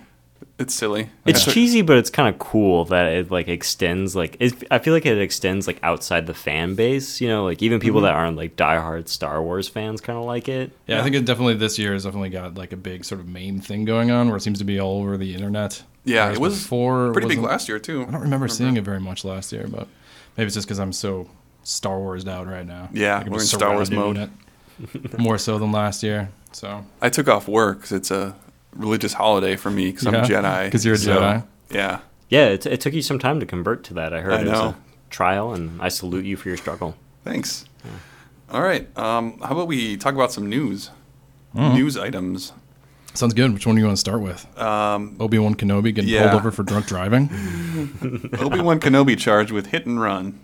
Speaker 1: it's silly.
Speaker 3: It's
Speaker 1: Yeah.
Speaker 3: cheesy, but it's kind of cool that it like extends like it, I feel like it extends like outside the fan base. You know, like even people that aren't like diehard Star Wars fans kind of like it.
Speaker 2: Yeah, I think it definitely this year has definitely got like a big sort of meme thing going on where it seems to be all over the internet.
Speaker 1: Yeah,
Speaker 2: Whereas
Speaker 1: it was
Speaker 2: before it
Speaker 1: pretty big
Speaker 2: wasn't-
Speaker 1: last year too.
Speaker 2: I don't remember seeing it very much last year, but maybe it's just because I'm so Star Wars out right now.
Speaker 1: Yeah,
Speaker 2: Like, I'm
Speaker 1: we're
Speaker 2: just
Speaker 1: in Star Wars
Speaker 2: surrounded in it, more so than last year. So
Speaker 1: I took off work 'cause it's a religious holiday for me because I'm a
Speaker 2: Yeah,
Speaker 1: Jedi.
Speaker 2: 'cause you're a Jedi.
Speaker 1: Yeah,
Speaker 3: Yeah, it, it took you some time to convert to that. I heard
Speaker 1: I
Speaker 3: it was
Speaker 1: know.
Speaker 3: a trial, and I salute you for your struggle.
Speaker 1: thanks. All right, um, how about we talk about some news?
Speaker 2: Mm-hmm.
Speaker 1: News items.
Speaker 2: sounds good. Which one do you want to start with? Um, Obi Wan Kenobi getting
Speaker 1: yeah.
Speaker 2: pulled over for drunk driving.
Speaker 1: Obi Wan Kenobi charged with hit and run.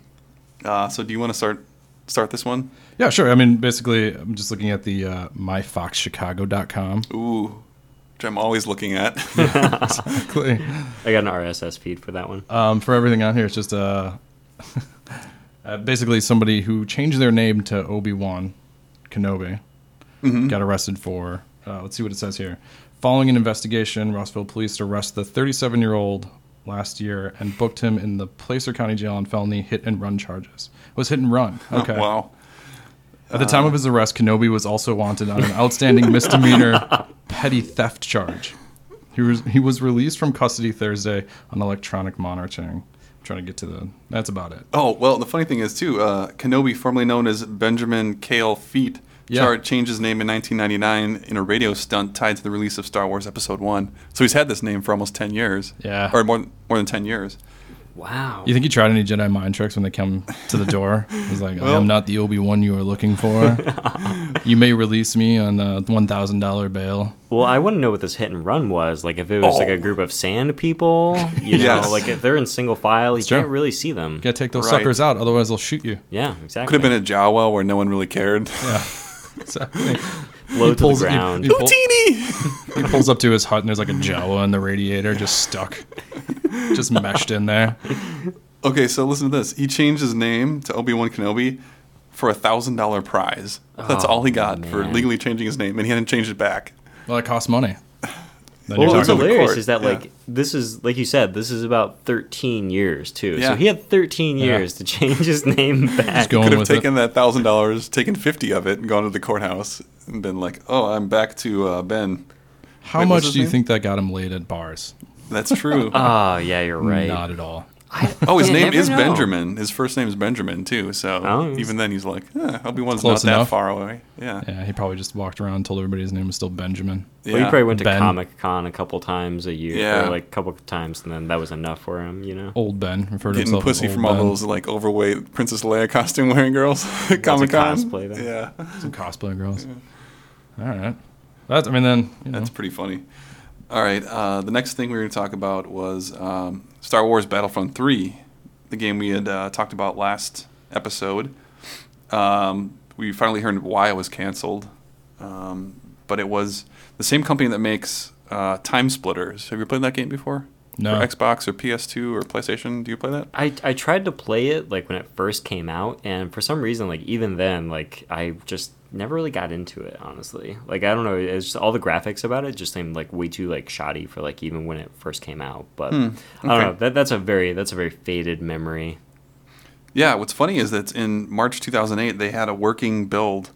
Speaker 1: Uh, so, do you want to start start this one?
Speaker 2: yeah, sure. I mean, basically, I'm just looking at the uh, myfoxchicago.com.
Speaker 1: Ooh, which I'm always looking at.
Speaker 2: Exactly.
Speaker 3: I got an RSS feed for that one.
Speaker 2: um, for everything on here. It's just uh, uh, basically somebody who changed their name to Obi Wan Kenobi got arrested for. Uh, let's see what it says here. Following an investigation, Rossville police arrest the 37 year old last year and booked him in the Placer County Jail on felony hit and run charges. It was hit and run. Okay.
Speaker 1: Oh, wow.
Speaker 2: At the time of his arrest, Kenobi was also wanted on an outstanding misdemeanor petty theft charge. He was he was released from custody Thursday on electronic monitoring. I'm trying to get to the. That's about it.
Speaker 1: Oh well, the funny thing is too. Uh, Kenobi, formerly known as Benjamin Kale Feet,
Speaker 2: Yeah.
Speaker 1: char- changed his name in 1999 in a radio stunt tied to the release of Star Wars Episode One. So he's had this name for almost 10 years.
Speaker 2: Yeah.
Speaker 1: or more more than 10 years.
Speaker 3: Wow.
Speaker 2: You think he tried any Jedi mind tricks when they come to the door? He's like, "I
Speaker 1: Well-
Speaker 2: am not the Obi Wan you are looking for. you may release me on a one thousand dollar bail."
Speaker 3: Well, I want to know what this hit and run was. Like, if it was like
Speaker 1: Oh.
Speaker 3: a group of sand people, you know,
Speaker 1: Yes.
Speaker 3: like if they're in single file, you
Speaker 2: true.
Speaker 3: can't really see them.
Speaker 2: You gotta take those
Speaker 1: Right.
Speaker 2: suckers out, otherwise they'll shoot you.
Speaker 3: Yeah, exactly.
Speaker 1: Could have been a Jawa where no one really cared.
Speaker 2: Exactly.
Speaker 3: low to the
Speaker 2: Pulls- he-
Speaker 3: ground.
Speaker 2: he pull-
Speaker 1: Teeny.
Speaker 2: He pulls up to his hut and there's like a Jawa in the radiator, just stuck, just meshed in there.
Speaker 1: okay, so listen to this. He changed his name to Obi Wan Kenobi for a thousand dollar prize. That's
Speaker 3: Oh,
Speaker 1: all he got for
Speaker 3: man.
Speaker 1: legally changing his name, and he hadn't changed it back.
Speaker 2: Well, it costs money. Then
Speaker 3: well,
Speaker 2: you're
Speaker 3: what's
Speaker 1: talking to the
Speaker 3: hilarious
Speaker 1: court,
Speaker 3: is that
Speaker 1: yeah.
Speaker 3: like this is like you said, this is about 13 years too. So
Speaker 1: Yeah.
Speaker 3: he had 13
Speaker 2: Yeah.
Speaker 3: years to change his name back.
Speaker 2: going
Speaker 1: Could have
Speaker 2: with it.
Speaker 1: taken that thousand dollars, taken fifty of it, and gone to the courthouse and been like, "Oh, I'm back to uh, Ben."
Speaker 2: How
Speaker 1: Wait, what's
Speaker 2: much
Speaker 1: his
Speaker 2: do you
Speaker 1: name?
Speaker 2: think that got him laid at bars?
Speaker 1: That's true.
Speaker 3: Oh, yeah, you're right.
Speaker 2: Not at all.
Speaker 3: I-
Speaker 1: Oh, his
Speaker 3: you
Speaker 1: name
Speaker 3: never
Speaker 1: is
Speaker 3: know.
Speaker 1: Benjamin. His first name is Benjamin too. So
Speaker 3: Oh, yes.
Speaker 1: even then, he's like, eh, Obi Wan's not
Speaker 2: Close
Speaker 1: that
Speaker 2: enough.
Speaker 1: far away. Yeah,
Speaker 2: Yeah, he probably just walked around, and told everybody his name was still Benjamin.
Speaker 1: yeah.
Speaker 3: Well, he probably went to
Speaker 2: Ben.
Speaker 3: Comic Con a couple times a year,
Speaker 1: Yeah.
Speaker 3: or like a couple times, and then that was enough for him, you know.
Speaker 2: Old Ben referred to
Speaker 1: getting
Speaker 2: himself as
Speaker 1: pussy
Speaker 2: old
Speaker 1: from all
Speaker 2: Ben.
Speaker 1: those like overweight Princess Leia costume wearing girls at
Speaker 3: Lots of
Speaker 1: Comic Con.
Speaker 3: cosplay then.
Speaker 1: Yeah,
Speaker 2: some cosplay girls. All right, that's. I mean, then you know,
Speaker 1: that's pretty funny. All right, uh, the next thing we were going to talk about was um, Star Wars Battlefront Three, the game we had uh, talked about last episode. Um, we finally heard why it was canceled, um, but it was the same company that makes uh, Time Splitters. Have you played that game before?
Speaker 2: No.
Speaker 1: For Xbox or PS2 or PlayStation? Do you play that?
Speaker 3: I, I tried to play it like when it first came out and for some reason like even then like I just never really got into it honestly like I don't know it's just all the graphics about it just seemed like way too like shoddy for like even when it first came out but I don't
Speaker 1: Hmm. okay.
Speaker 3: know that that's a very that's a very faded memory
Speaker 1: Yeah. What's funny is that in March 2008 they had a working build,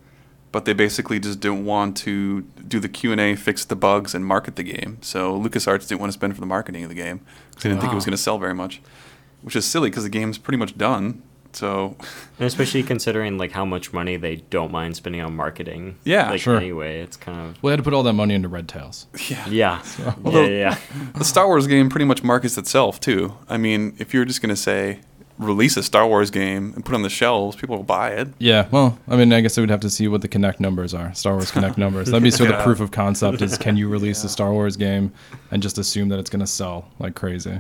Speaker 1: but they basically just didn't want to do the Q and A, fix the bugs, and market the game. So LucasArts didn't want to spend for the marketing of the game because they didn't think it was
Speaker 3: Wow.
Speaker 1: going to sell very much, which is silly because the game's pretty much done. So
Speaker 3: and especially considering like how much money they don't mind spending on marketing
Speaker 1: Yeah,
Speaker 3: like
Speaker 2: sure.
Speaker 3: anyway it's kind
Speaker 2: we had to put all that money into Red Tails.
Speaker 1: yeah.
Speaker 3: of yeah
Speaker 1: Although-
Speaker 3: yeah yeah
Speaker 1: the Star Wars game pretty much markets itself too. I mean, if you're just gonna say release a Star Wars game and put it on the shelves, people will buy it.
Speaker 2: Yeah, well, I mean, I guess I would have to see what the Connect numbers are. Star Wars Connect numbers. That'd be sort of
Speaker 1: Yeah.
Speaker 2: the proof of concept is can you release a Star Wars game and just assume that it's going to sell like crazy.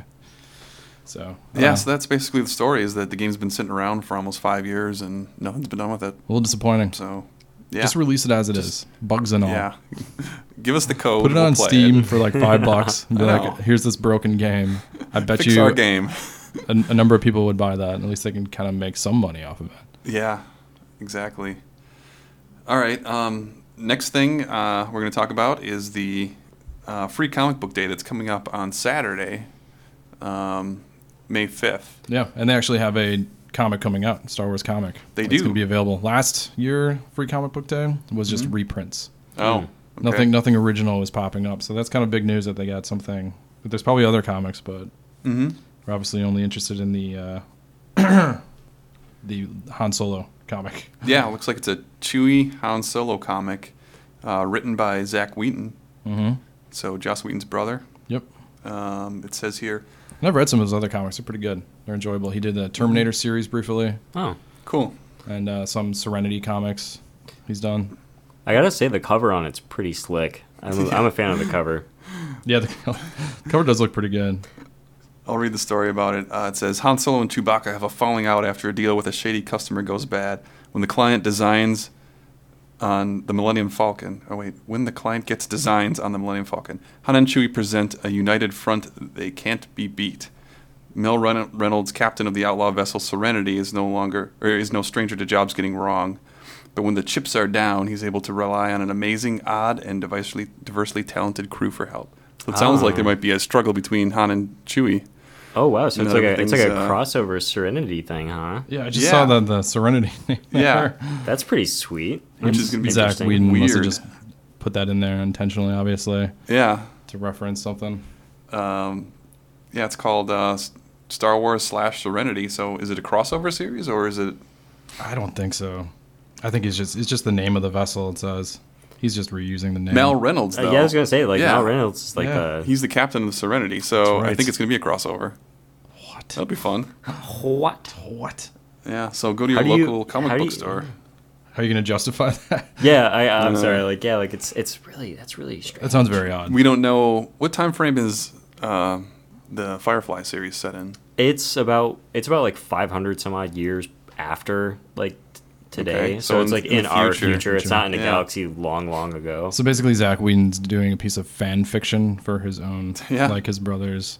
Speaker 2: So I
Speaker 1: yeah,
Speaker 2: don't
Speaker 1: so that's basically the story is that the game's been sitting around for almost five years and nothing's been done with it.
Speaker 2: know. a little disappointing.
Speaker 1: So, yeah.
Speaker 2: Just release it as it is, bugs and all.
Speaker 1: yeah. Give us the code.
Speaker 2: Oh. Put it
Speaker 1: we'll
Speaker 2: on
Speaker 1: play
Speaker 2: Steam for like five bucks. And be
Speaker 1: I
Speaker 2: like,
Speaker 1: know.
Speaker 2: here's this broken game. I bet
Speaker 1: Fix
Speaker 2: you
Speaker 1: our game.
Speaker 2: A, a number of people would buy that, and at least they can kind of make some money off of it.
Speaker 1: Yeah, exactly. All right. Um, next thing uh, we're going to talk about is the uh, free comic book day that's coming up on Saturday, um, May 5th.
Speaker 2: Yeah, and they actually have a comic coming out, Star Wars comic.
Speaker 1: They
Speaker 2: It's
Speaker 1: do.
Speaker 2: gonna be available. Last year, Free Comic Book Day was just
Speaker 1: Mm-hmm.
Speaker 2: reprints.
Speaker 1: Oh, okay.
Speaker 2: Nothing, nothing original was popping up. So that's kind of big news that they got something. But there's probably other comics, but
Speaker 1: Mm-hmm.
Speaker 2: we're obviously only interested in the uh, the Han Solo comic.
Speaker 1: Yeah, it looks like it's a Chewy Han Solo comic uh, written by Zach Wheaton.
Speaker 2: Mhm.
Speaker 1: So Joss Wheaton's brother.
Speaker 2: Yep.
Speaker 1: Um, it says here.
Speaker 2: And I've read some of his other comics. They're pretty good. They're enjoyable. He did the
Speaker 1: Mm-hmm.
Speaker 2: Terminator series briefly,
Speaker 3: Oh,
Speaker 1: Cool.
Speaker 2: and uh, some Serenity comics. He's done.
Speaker 3: I gotta say the cover on it's pretty slick. I'm, a am a fan of the cover.
Speaker 2: Yeah, the cover does look pretty good.
Speaker 1: I'll read the story about it. Uh, it says Han Solo and Chewbacca have a falling out after a deal with a shady customer goes bad. When the client designs on the Millennium Falcon, oh wait, when the client gets designs on the Millennium Falcon, Han and Chewie present a united front they can't be beat. Mel Ren- Reynolds, captain of the outlaw vessel Serenity, is no longer or is no stranger to jobs getting wrong. But when the chips are down, he's able to rely on an amazing, odd, and diversely, diversely talented crew for help. So it sounds like there might be a struggle between Han and Chewie.
Speaker 3: Oh wow, so
Speaker 1: And
Speaker 3: it's like a it's like a
Speaker 1: everything's, uh,
Speaker 3: crossover Serenity thing, huh?
Speaker 2: Yeah, I just
Speaker 1: Yeah.
Speaker 2: saw the the Serenity. thing
Speaker 1: Yeah.
Speaker 2: there.
Speaker 3: That's pretty sweet.
Speaker 1: Which is gonna be
Speaker 2: Zach
Speaker 3: interesting.
Speaker 2: Whedon must have
Speaker 1: Weird.
Speaker 2: just put that in there intentionally, obviously,
Speaker 1: Yeah,
Speaker 2: to reference something.
Speaker 1: um, yeah. It's called uh, S- Star Wars slash Serenity. So is it a crossover series or is it?
Speaker 2: I don't think so. I think it's just it's just the name of the vessel. It says he's just reusing the name.
Speaker 1: Mel Reynolds,
Speaker 3: Uh,
Speaker 1: though.
Speaker 3: yeah, I was gonna say like
Speaker 1: Yeah.
Speaker 3: Mal Reynolds is like uh,
Speaker 2: Yeah.
Speaker 3: the
Speaker 1: He's the captain of the Serenity, so
Speaker 2: That's right.
Speaker 1: I think it's going to be a crossover.
Speaker 2: what?
Speaker 1: That'll be fun.
Speaker 3: what?
Speaker 2: What?
Speaker 1: Yeah, so go to your
Speaker 3: How do you-
Speaker 1: local
Speaker 3: how
Speaker 1: comic
Speaker 3: do
Speaker 1: book
Speaker 3: you-
Speaker 1: store.
Speaker 2: How are you going to justify that?
Speaker 3: Yeah, I, uh,
Speaker 1: Uh,
Speaker 3: I'm sorry. Like yeah, like it's it's really that's really strange.
Speaker 2: That sounds very odd.
Speaker 1: We don't know what time frame is uh, the Firefly series set in.
Speaker 3: It's about it's about like 500 some odd years after like t- today.
Speaker 1: Okay,
Speaker 3: So,
Speaker 1: so
Speaker 3: it's
Speaker 1: in-
Speaker 3: like
Speaker 1: in
Speaker 3: in,
Speaker 1: the
Speaker 3: our
Speaker 1: future.
Speaker 3: future. It's not in a
Speaker 1: Yeah.
Speaker 3: galaxy long, long ago.
Speaker 2: So basically, Zach Whedon's doing a piece of fan fiction for his own,
Speaker 1: Yeah.
Speaker 2: like his brother's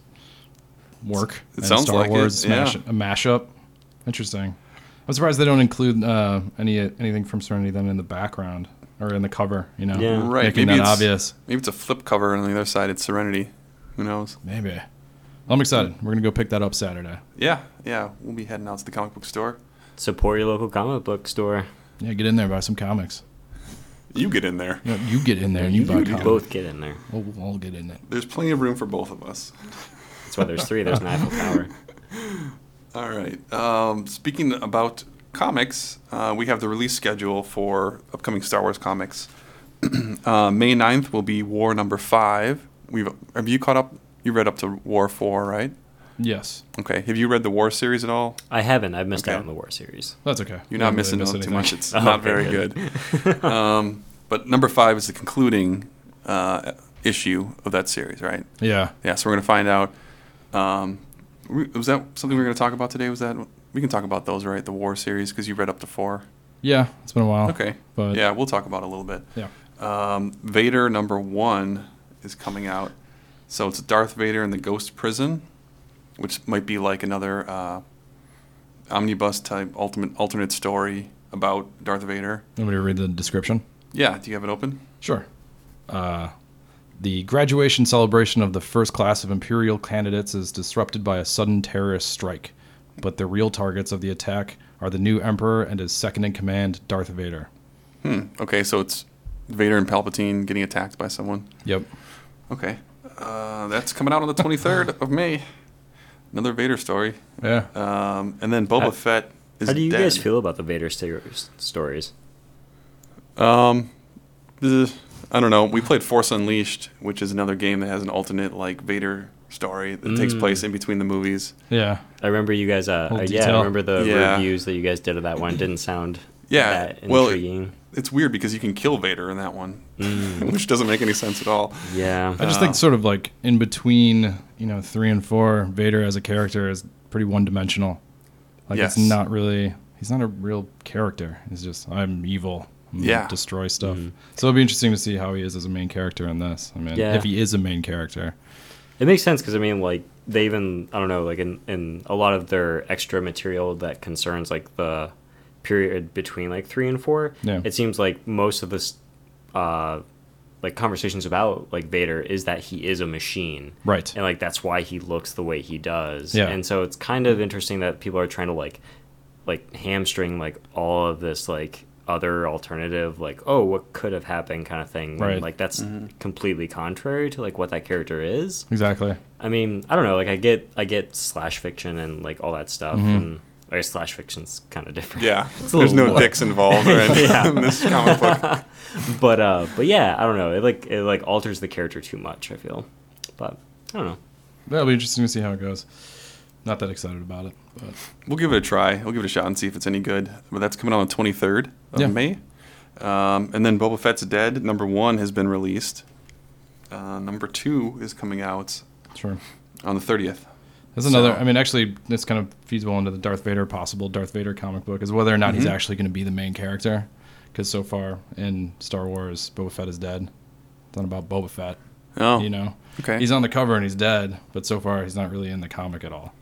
Speaker 2: work.
Speaker 1: It sounds
Speaker 2: Star
Speaker 1: like it,
Speaker 2: Wars
Speaker 1: yeah.
Speaker 2: smash, a mashup. Interesting. I'm surprised they don't include uh, any anything from Serenity then in the background or in the cover. You know,
Speaker 3: Yeah.
Speaker 1: Right,
Speaker 2: making
Speaker 1: maybe
Speaker 2: that
Speaker 1: it's-
Speaker 2: obvious.
Speaker 1: Maybe it's a flip cover, and on the other side it's Serenity. Who knows?
Speaker 2: Maybe. I'm excited. We're gonna go pick that up Saturday.
Speaker 1: Yeah, yeah. We'll be heading out to the comic book store.
Speaker 3: Support your local comic book store.
Speaker 2: Yeah, get in there, buy some comics.
Speaker 1: You get in there.
Speaker 2: You, know, you get in there and you,
Speaker 3: You
Speaker 2: buy
Speaker 3: you
Speaker 2: comics.
Speaker 3: both get in there.
Speaker 2: We'll, we'll all get in it.
Speaker 1: There's plenty of room for both of us.
Speaker 3: That's why there's three. There's an Eiffel Tower.
Speaker 1: All right. Um, speaking about comics, uh, we have the release schedule for upcoming Star Wars comics. uh, May 9th will be War number five. We've have you caught up? You read up to War four, right?
Speaker 2: Yes,
Speaker 1: Okay. Have you read the War series at all?
Speaker 3: I haven't. I've missed
Speaker 1: Okay.
Speaker 3: out on the war series.
Speaker 2: that's okay.
Speaker 1: You're
Speaker 2: We
Speaker 1: not
Speaker 2: didn't really
Speaker 1: missing
Speaker 2: miss
Speaker 1: out too
Speaker 2: anything.
Speaker 1: much. It's
Speaker 3: Oh,
Speaker 1: not
Speaker 3: very
Speaker 1: very good. um, but number five is the concluding uh, issue of that series, right?
Speaker 2: Yeah,
Speaker 1: Yeah. So we're gonna find out. Um, we- was that something we were gonna talk about today? Was that we can talk about those, right? The War series because you read up to four.
Speaker 2: yeah. It's been a while.
Speaker 1: Okay.
Speaker 2: but
Speaker 1: yeah, we'll talk about it a little bit.
Speaker 2: yeah.
Speaker 1: Um, Vader number one is coming out. So it's Darth Vader in the Ghost Prison, which might be like another uh, omnibus type ultimate alternate story about Darth Vader.
Speaker 2: Nobody read the description.
Speaker 1: Yeah, do you have it open?
Speaker 2: Sure. Uh, the graduation celebration of the first class of Imperial candidates is disrupted by a sudden terrorist strike, but the real targets of the attack are the new Emperor and his second in command, Darth Vader.
Speaker 1: Okay, so it's Vader and Palpatine getting attacked by someone.
Speaker 2: Yep.
Speaker 1: Okay, uh, that's coming out on the 23rd of May. Another Vader story.
Speaker 2: Yeah.
Speaker 1: Um, and then Boba
Speaker 3: How-
Speaker 1: Fett is
Speaker 3: How do you
Speaker 1: dead.
Speaker 3: guys feel about the Vader series stories?
Speaker 1: Um, the- I don't know. We played Force Unleashed, which is another game that has an alternate like Vader story that
Speaker 3: Mm.
Speaker 1: takes place in between the movies.
Speaker 2: Yeah.
Speaker 3: I remember you guys. Uh,
Speaker 2: Little
Speaker 3: uh, yeah, I
Speaker 2: detail.
Speaker 3: remember the
Speaker 1: Yeah.
Speaker 3: reviews that you guys did of that one. Didn't sound
Speaker 1: Yeah,
Speaker 3: that
Speaker 1: well, it-
Speaker 3: intriguing. Mm.
Speaker 1: It's weird because you can kill Vader in that one, which doesn't make any sense at all.
Speaker 3: yeah,
Speaker 2: I just
Speaker 1: Um,
Speaker 2: think sort of like in between, you know, three and four, Vader as a character is pretty one dimensional. Like
Speaker 1: Yes.
Speaker 2: it's not really he's not a real character. He's just I'm evil. I'm gonna
Speaker 1: Yeah.
Speaker 2: Destroy stuff. So it'll be interesting to see how he is as a main character in this. I mean
Speaker 3: Yeah.
Speaker 2: if he is a main character.
Speaker 3: it makes sense because I mean, like they even I don't know, like in in a lot of their extra material that concerns like the period between like three and four.
Speaker 2: Yeah.
Speaker 3: It seems like most of this, uh, like conversations about like Vader is that he is a machine,
Speaker 2: Right.
Speaker 3: and like that's why he looks the way he does
Speaker 2: Yeah.
Speaker 3: and so it's kind of interesting that people are trying to like like hamstring like all of this like other alternative like oh what could have happened kind of thing when,
Speaker 2: Right.
Speaker 3: like that's
Speaker 1: Mm-hmm.
Speaker 3: completely contrary to like what that character is
Speaker 2: Exactly.
Speaker 3: i mean i don't know like i get i get slash fiction and like all that stuff
Speaker 2: Mm-hmm.
Speaker 3: and i guess slash fiction's kind of different
Speaker 1: Yeah,
Speaker 3: a
Speaker 1: there's
Speaker 3: little
Speaker 1: no
Speaker 3: more.
Speaker 1: dicks involved or anything
Speaker 3: Yeah.
Speaker 1: in this comic book.
Speaker 3: but uh but yeah i don't know it like it like alters the character too much i feel but i don't know
Speaker 2: That'll be interesting to see how it goes. Not that excited about it. But
Speaker 1: We'll give it a try. We'll give it a shot and see if it's any good. But that's coming on the 23rd of
Speaker 2: Yeah.
Speaker 1: May. Um, and then Boba Fett's Dead, number one, has been released. Uh, number two is coming out
Speaker 2: sure.
Speaker 1: on the 30th.
Speaker 2: That's another.
Speaker 1: So-
Speaker 2: I mean, actually, this kind of feeds well into the Darth Vader possible Darth Vader comic book is whether or not
Speaker 1: Mm-hmm.
Speaker 2: he's actually going to be the main character. Because so far in Star Wars, Boba Fett is dead. It's not about Boba Fett.
Speaker 1: Oh,
Speaker 2: You know,
Speaker 1: okay.
Speaker 2: he's on the cover and he's dead, but so far he's not really in the comic at all.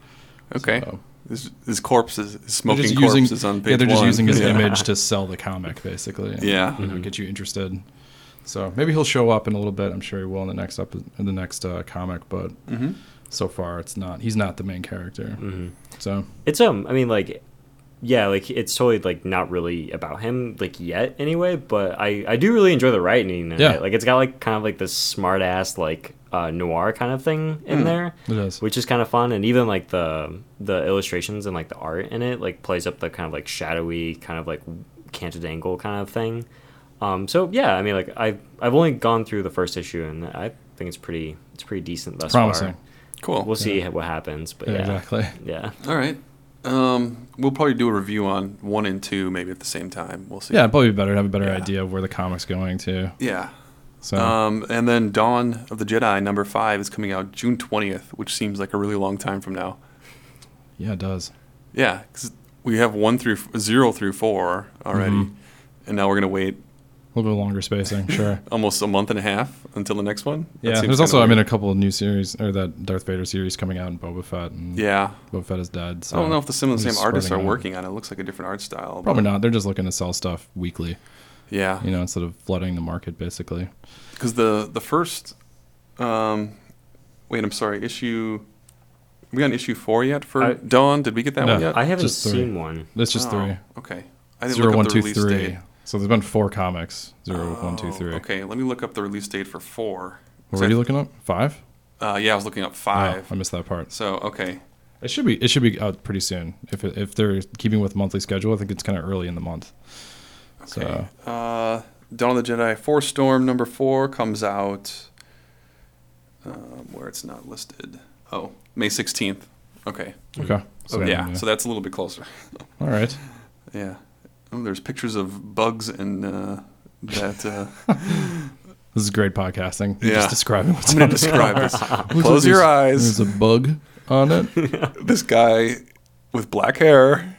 Speaker 1: okay.
Speaker 2: so-
Speaker 1: His, his corpse is his
Speaker 2: They're
Speaker 1: smoking
Speaker 2: just
Speaker 1: corpse
Speaker 2: using.
Speaker 1: is on page
Speaker 2: yeah, they're just
Speaker 1: one.
Speaker 2: using his
Speaker 1: Yeah.
Speaker 2: image to sell the comic, basically. and,
Speaker 1: Yeah. Mm-hmm.
Speaker 2: You know, get you interested. So maybe he'll show up in a little bit. I'm sure he will in the next up in the next uh, comic, but so far it's not. He's not the main character.
Speaker 1: Mm.
Speaker 2: So
Speaker 3: Mm-hmm. It's um, I mean, like, yeah, like it's totally like not really about him like yet anyway. But I I do really enjoy the writing. in
Speaker 2: Yeah.
Speaker 3: it. like it's got like kind of like this smart ass like uh, noir kind of thing
Speaker 2: Hmm.
Speaker 3: in there,
Speaker 2: it is.
Speaker 3: which is kind of fun. And even like the the illustrations and like the art in it like plays up the kind of like shadowy kind of like canted angle kind of thing. Um, so yeah, I mean, like I I've only gone through the first issue and I think it's pretty it's pretty decent thus
Speaker 2: promising.
Speaker 3: far.
Speaker 1: Cool.
Speaker 3: We'll see what happens, but
Speaker 2: Yeah,
Speaker 3: yeah,
Speaker 2: exactly.
Speaker 3: yeah.
Speaker 1: All right. Um, we'll probably do a review on one and two maybe at the same time. We'll see.
Speaker 2: Yeah, it'd probably be better to have a better
Speaker 1: Yeah.
Speaker 2: idea of where the comic's going to.
Speaker 1: Yeah.
Speaker 2: So
Speaker 1: Um, and then Dawn of the Jedi number five is coming out June twentieth, which seems like a really long time from now.
Speaker 2: yeah, it does.
Speaker 1: Yeah, 'cause we have one through zero through four already,
Speaker 2: Mm-hmm.
Speaker 1: and now we're gonna wait
Speaker 2: A little bit longer spacing, sure.
Speaker 1: almost a month and a half until the next one. That
Speaker 2: yeah,
Speaker 1: seems
Speaker 2: there's
Speaker 1: kinda
Speaker 2: also I
Speaker 1: weird.
Speaker 2: mean a couple of new series or that Darth Vader series coming out in Boba Fett and
Speaker 1: yeah.
Speaker 2: Boba Fett is dead. So
Speaker 1: I don't know if the same, the
Speaker 2: I'm
Speaker 1: same
Speaker 2: just
Speaker 1: artists are
Speaker 2: spreading it.
Speaker 1: working on it. It looks like a different art style. but-
Speaker 2: Probably not. They're just looking to sell stuff weekly,
Speaker 1: Yeah.
Speaker 2: you know, instead of flooding the market basically.
Speaker 1: because the the first um wait i'm sorry issue we on issue four yet for
Speaker 3: I-
Speaker 1: dawn did we get that
Speaker 2: No.
Speaker 1: one yet
Speaker 3: I haven't
Speaker 2: Just three.
Speaker 3: seen one.
Speaker 2: It's just
Speaker 1: Oh,
Speaker 2: three.
Speaker 1: okay i didn't
Speaker 2: Zero,
Speaker 1: look
Speaker 2: one,
Speaker 1: up the
Speaker 2: two,
Speaker 1: release
Speaker 2: three.
Speaker 1: date
Speaker 2: So there's been four comics. Zero, one, two,
Speaker 1: Oh,
Speaker 2: three.
Speaker 1: okay let me look up the release date for four
Speaker 2: What were you looking up? Five?
Speaker 1: uh yeah i was looking up
Speaker 2: Oh,
Speaker 1: five
Speaker 2: I missed that part.
Speaker 1: so okay
Speaker 2: It should be it should be out pretty soon. If it, if they're keeping with monthly schedule, I think it's kind of early in the month. So
Speaker 1: uh dawn of the jedi four storm number four comes out um, where it's not listed oh may 16th okay
Speaker 2: okay.
Speaker 1: so, yeah, so that's a little bit closer
Speaker 2: All right.
Speaker 1: Yeah. Oh, there's pictures of bugs and uh, that. Uh,
Speaker 2: This is great podcasting. You're
Speaker 1: Yeah.
Speaker 2: Just describing what's
Speaker 1: I'm
Speaker 2: on
Speaker 1: going
Speaker 2: it.
Speaker 1: to describe this.
Speaker 2: Looks
Speaker 1: Close
Speaker 2: like
Speaker 1: your
Speaker 2: there's-
Speaker 1: eyes.
Speaker 2: There's a bug on it. Who
Speaker 1: This guy with black hair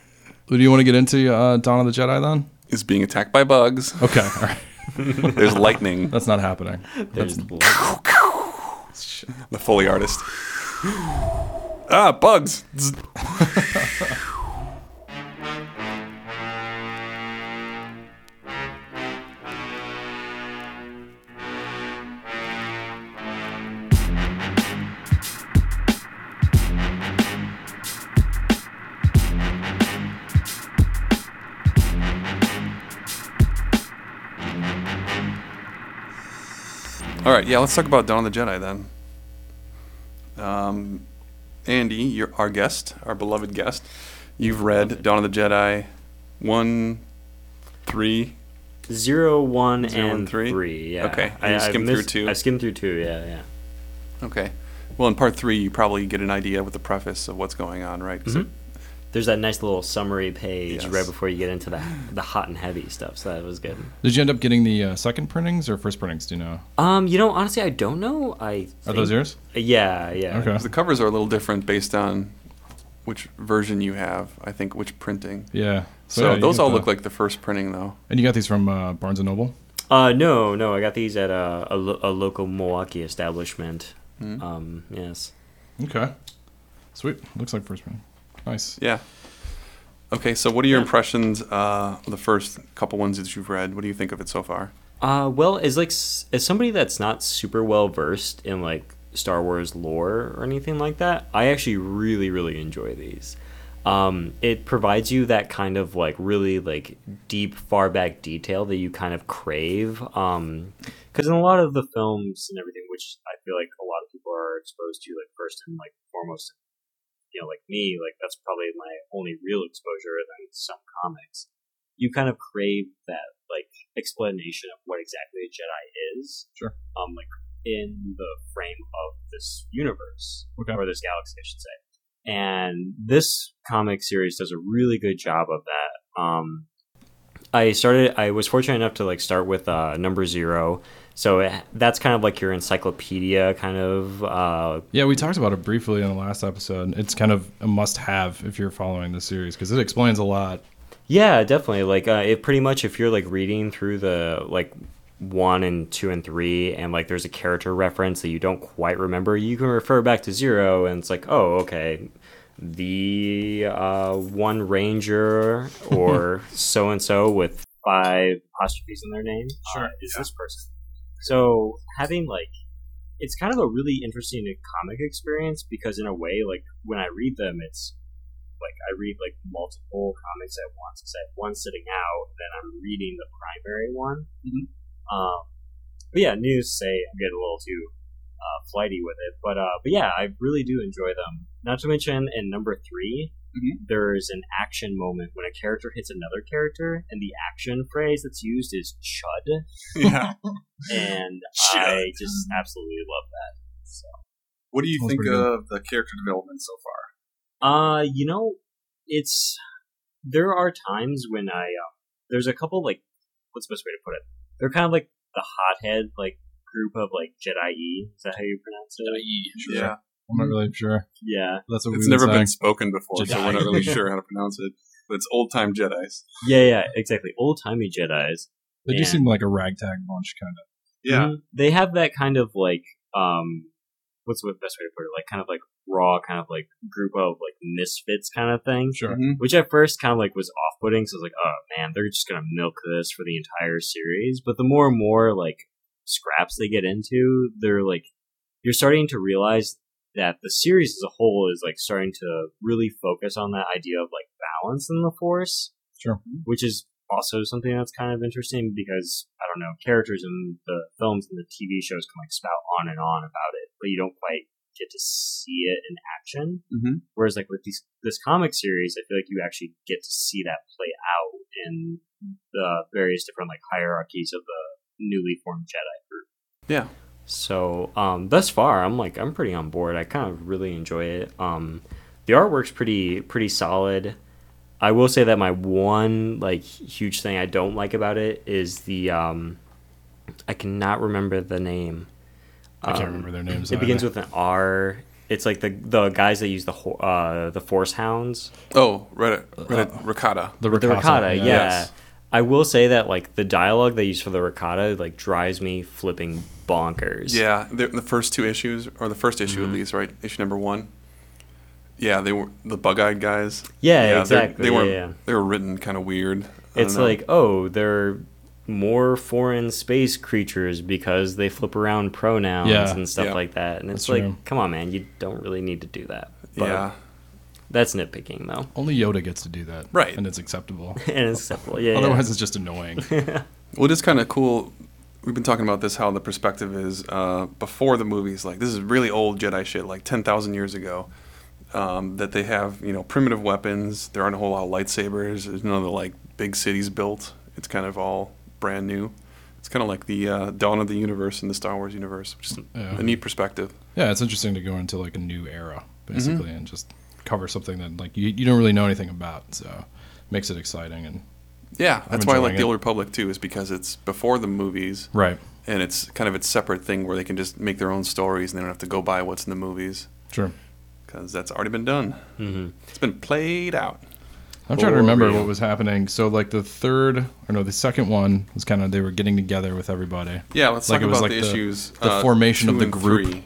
Speaker 2: Do you want to get into uh, Dawn of the Jedi then?
Speaker 1: is being attacked by bugs.
Speaker 2: Okay. All right.
Speaker 1: There's lightning.
Speaker 2: That's not happening.
Speaker 3: There's
Speaker 1: The Foley artist. Ah, bugs. Zzz. All right, yeah, let's talk about Dawn of the Jedi then. Um, Andy, you're our guest, our beloved guest. You've read Dawn of the Jedi 1, 3,
Speaker 3: Zero, one,
Speaker 1: Zero,
Speaker 3: and
Speaker 1: one, three?
Speaker 3: three. Yeah.
Speaker 1: Okay,
Speaker 3: I,
Speaker 1: you
Speaker 3: I've
Speaker 1: skimmed through
Speaker 3: missed-
Speaker 1: two?
Speaker 3: I skimmed through two. Yeah, yeah.
Speaker 1: Okay. Well, in part three, you probably get an idea with the preface of what's going on, right? 'Cause it-
Speaker 2: Mm-hmm.
Speaker 3: There's that nice little summary page
Speaker 1: Yes.
Speaker 3: right before you get into the the hot and heavy stuff. So that was good.
Speaker 2: Did you end up getting the uh, second printings or first printings? Do you know?
Speaker 3: Um, you know, honestly, I don't know. I
Speaker 2: Are
Speaker 3: think-
Speaker 2: those yours?
Speaker 3: Yeah, yeah.
Speaker 2: Okay.
Speaker 1: the covers are a little different based on which version you have. I think which printing.
Speaker 2: Yeah.
Speaker 1: So,
Speaker 2: yeah, you
Speaker 1: those
Speaker 2: got
Speaker 1: all
Speaker 2: the-
Speaker 1: look like the first printing, though.
Speaker 2: And you got these from uh, Barnes and Noble.
Speaker 3: Uh, no, no, I got these at a a, lo- a local Milwaukee establishment.
Speaker 1: Hmm.
Speaker 3: Um, yes.
Speaker 2: Okay. Sweet. Looks like first printing. Nice.
Speaker 1: Yeah. Okay, so what are your
Speaker 3: Yeah.
Speaker 1: impressions uh, of the first couple ones that you've read? What do you think of it so far?
Speaker 3: Uh, well, as like s- as somebody that's not super well versed in like Star Wars lore or anything like that, I actually really really enjoy these. Um, it provides you that kind of like really like deep far back detail that you kind of crave. Because in a lot of the films and everything, which I feel like a lot of people are exposed to, like first and like foremost, you know, like me, like that's probably my only real exposure than some comics. You kind of crave that like explanation of what exactly a Jedi is.
Speaker 2: Sure.
Speaker 3: Um, like in the frame of this universe
Speaker 2: Okay.
Speaker 3: or this galaxy, I should say. And this comic series does a really good job of that. Um, I started. I was fortunate enough to like start with uh, number zero, so it, that's kind of like your encyclopedia kind of uh,
Speaker 2: Yeah, we talked about it briefly in the last episode. It's kind of a must-have if you're following the series because it explains a lot.
Speaker 3: Yeah, definitely. Like uh, it pretty much if you're like reading through the like one and two and three and like there's a character reference that you don't quite remember, you can refer back to zero and it's like, oh, okay. The uh, one ranger or so and so with five apostrophes in their name uh,
Speaker 2: Sure,
Speaker 3: is this person. So having like it's kind of a really interesting comic experience because in a way, like when I read them, it's like I read like multiple comics at once. It's at one sitting out, then I'm reading the primary one. Um, but yeah, news say I'm getting a little too uh, flighty with it, but uh, but yeah, I really do enjoy them. Not to mention in number 3
Speaker 1: Mhm.
Speaker 3: there's an action moment when a character hits another character, and the action phrase that's used is "chud,"
Speaker 1: yeah.
Speaker 3: and I just absolutely love that. So.
Speaker 1: What do you
Speaker 2: Sounds
Speaker 1: think
Speaker 2: pretty good.
Speaker 1: of the character development so far?
Speaker 3: Uh, you know, it's there are times when I uh, there's a couple like what's the best way to put it? They're kind of like the hothead like group of like Jedi. Is that how you pronounce it?
Speaker 2: Sure.
Speaker 1: Yeah.
Speaker 2: I'm not really sure.
Speaker 3: Yeah,
Speaker 2: That's what
Speaker 1: Mm-hmm. It's
Speaker 2: we
Speaker 1: never
Speaker 2: were
Speaker 1: been
Speaker 2: saying.
Speaker 1: spoken before, so we're not really sure how to pronounce it. But it's old time Jedi's.
Speaker 3: yeah, yeah, exactly. Old timey Jedi's.
Speaker 2: They just
Speaker 3: Yeah.
Speaker 2: seem like a ragtag bunch, kind of.
Speaker 3: Mhm. they have that kind of like um, what's the best way to put it? Like kind of like raw, kind of like group of like misfits kind of thing.
Speaker 2: Sure.
Speaker 1: Mhm.
Speaker 3: which at first kind of like was off-putting. So I was like, oh man, they're just gonna milk this for the entire series. But the more and more like scraps they get into, they're like you're starting to realize that the series as a whole is like starting to really focus on that idea of like balance in the force.
Speaker 2: Sure.
Speaker 3: Which is also something that's kind of interesting because I don't know, characters in the films and the TV shows can like spout on and on about it, but you don't quite get to see it in action.
Speaker 1: Mhm.
Speaker 3: Whereas like with these this comic series, I feel like you actually get to see that play out in the various different like hierarchies of the newly formed Jedi group.
Speaker 1: Yeah.
Speaker 3: So um, thus far, I'm like I'm pretty on board. I kind of really enjoy it. Um, the artwork's pretty pretty solid. I will say that my one like huge thing I don't like about it is the um, I cannot remember the name.
Speaker 2: I can't
Speaker 3: Um,
Speaker 2: remember their names.
Speaker 3: It begins
Speaker 2: either.
Speaker 3: with an R. It's like the the guys that use the ho- uh, the Force Hounds,
Speaker 1: Oh, Reddit, Reddit Ricotta.
Speaker 2: Uh, the
Speaker 3: the ricotta. Yeah.
Speaker 1: Yes.
Speaker 3: I will say that like the dialogue they use for the ricotta like drives me flipping bonkers.
Speaker 1: Yeah, the, the first two issues, or the first issue
Speaker 2: Mm-hmm.
Speaker 1: at least, right? Issue number one. Yeah, they were the bug-eyed guys.
Speaker 3: Yeah,
Speaker 1: they're-
Speaker 3: exactly,
Speaker 1: They were
Speaker 3: yeah, yeah.
Speaker 1: they were written kind of weird. I don't
Speaker 3: It's
Speaker 1: know.
Speaker 3: like, oh, they're more foreign space creatures because they flip around pronouns
Speaker 2: Yeah.
Speaker 3: and stuff
Speaker 1: Yeah.
Speaker 3: like that. And it's
Speaker 2: That's
Speaker 3: like,
Speaker 2: true.
Speaker 3: come on, man, you don't really need to do that. But
Speaker 1: yeah,
Speaker 3: that's nitpicking though.
Speaker 2: Only Yoda gets to do that.
Speaker 1: Right.
Speaker 2: And it's acceptable.
Speaker 3: and it's acceptable. Yeah. yeah.
Speaker 2: Otherwise, it's just annoying.
Speaker 1: Well, it is kind of cool. We've been talking about this how the perspective is uh, before the movies. Like this is really old Jedi shit, like ten thousand years ago. Um, that they have you know primitive weapons. There aren't a whole lot of lightsabers. There's none of the like big cities built. It's kind of all brand new. It's kind of like the uh, dawn of the universe in the Star Wars universe, which is
Speaker 2: Yeah.
Speaker 1: a neat perspective.
Speaker 2: Yeah, it's interesting to go into like a new era basically
Speaker 3: Mm-hmm.
Speaker 2: and just cover something that like you, you don't really know anything about, so makes it exciting and
Speaker 1: Yeah, that's why I like
Speaker 2: enjoying
Speaker 1: the
Speaker 2: it.
Speaker 1: Old Republic too, is because it's before the movies
Speaker 2: right.
Speaker 1: and it's kind of its separate thing where they can just make their own stories and they don't have to go by what's in the movies
Speaker 2: Sure.
Speaker 1: because that's already been done.
Speaker 3: hmm
Speaker 1: It's been played out.
Speaker 2: I'm trying to
Speaker 3: For
Speaker 2: remember
Speaker 3: real.
Speaker 2: what was happening. So like the third or no, the second one was kind of they were getting together with everybody.
Speaker 1: Yeah, let's
Speaker 2: Like,
Speaker 1: talk
Speaker 2: it was
Speaker 1: about the,
Speaker 2: like the-
Speaker 1: issues. uh,
Speaker 2: the formation
Speaker 1: two
Speaker 2: of the
Speaker 1: and
Speaker 2: group.
Speaker 1: three.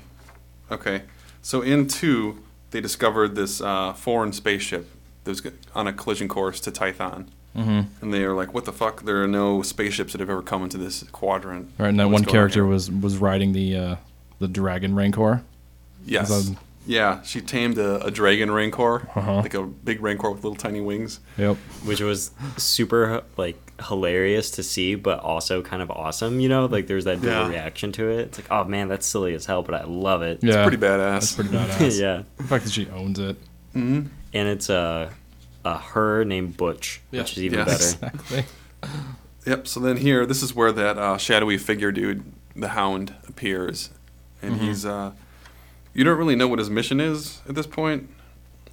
Speaker 1: Okay, so in two, they discovered this uh, foreign spaceship that was on a collision course to Tython,
Speaker 2: Mhm.
Speaker 1: and they were like, "What the fuck? There are no spaceships that have ever come into this quadrant."
Speaker 2: Right, and that
Speaker 1: What's
Speaker 2: one
Speaker 1: going
Speaker 2: character
Speaker 1: here?
Speaker 2: was was riding the uh the dragon rancor.
Speaker 1: Yes.
Speaker 2: was on-
Speaker 1: yeah, she tamed a, a dragon rancor,
Speaker 2: Uh-huh.
Speaker 1: like a big rancor with little tiny wings.
Speaker 2: Yep.
Speaker 3: which was super like hilarious to see, but also kind of awesome. You know, like there's that dual
Speaker 1: Yeah.
Speaker 3: reaction to it. It's like, oh man, that's silly as hell, but I love it.
Speaker 2: Yeah.
Speaker 1: Pretty badass.
Speaker 2: Pretty badass.
Speaker 3: yeah,
Speaker 2: The fact that she owns it.
Speaker 3: and it's a, a her named Butch,
Speaker 2: Yeah.
Speaker 3: which is even
Speaker 1: Yes.
Speaker 3: better.
Speaker 2: Exactly.
Speaker 1: Yep. So then here, this is where that uh, shadowy figure dude, the Hound, appears, and he's uh, you don't really know what his mission is at this point.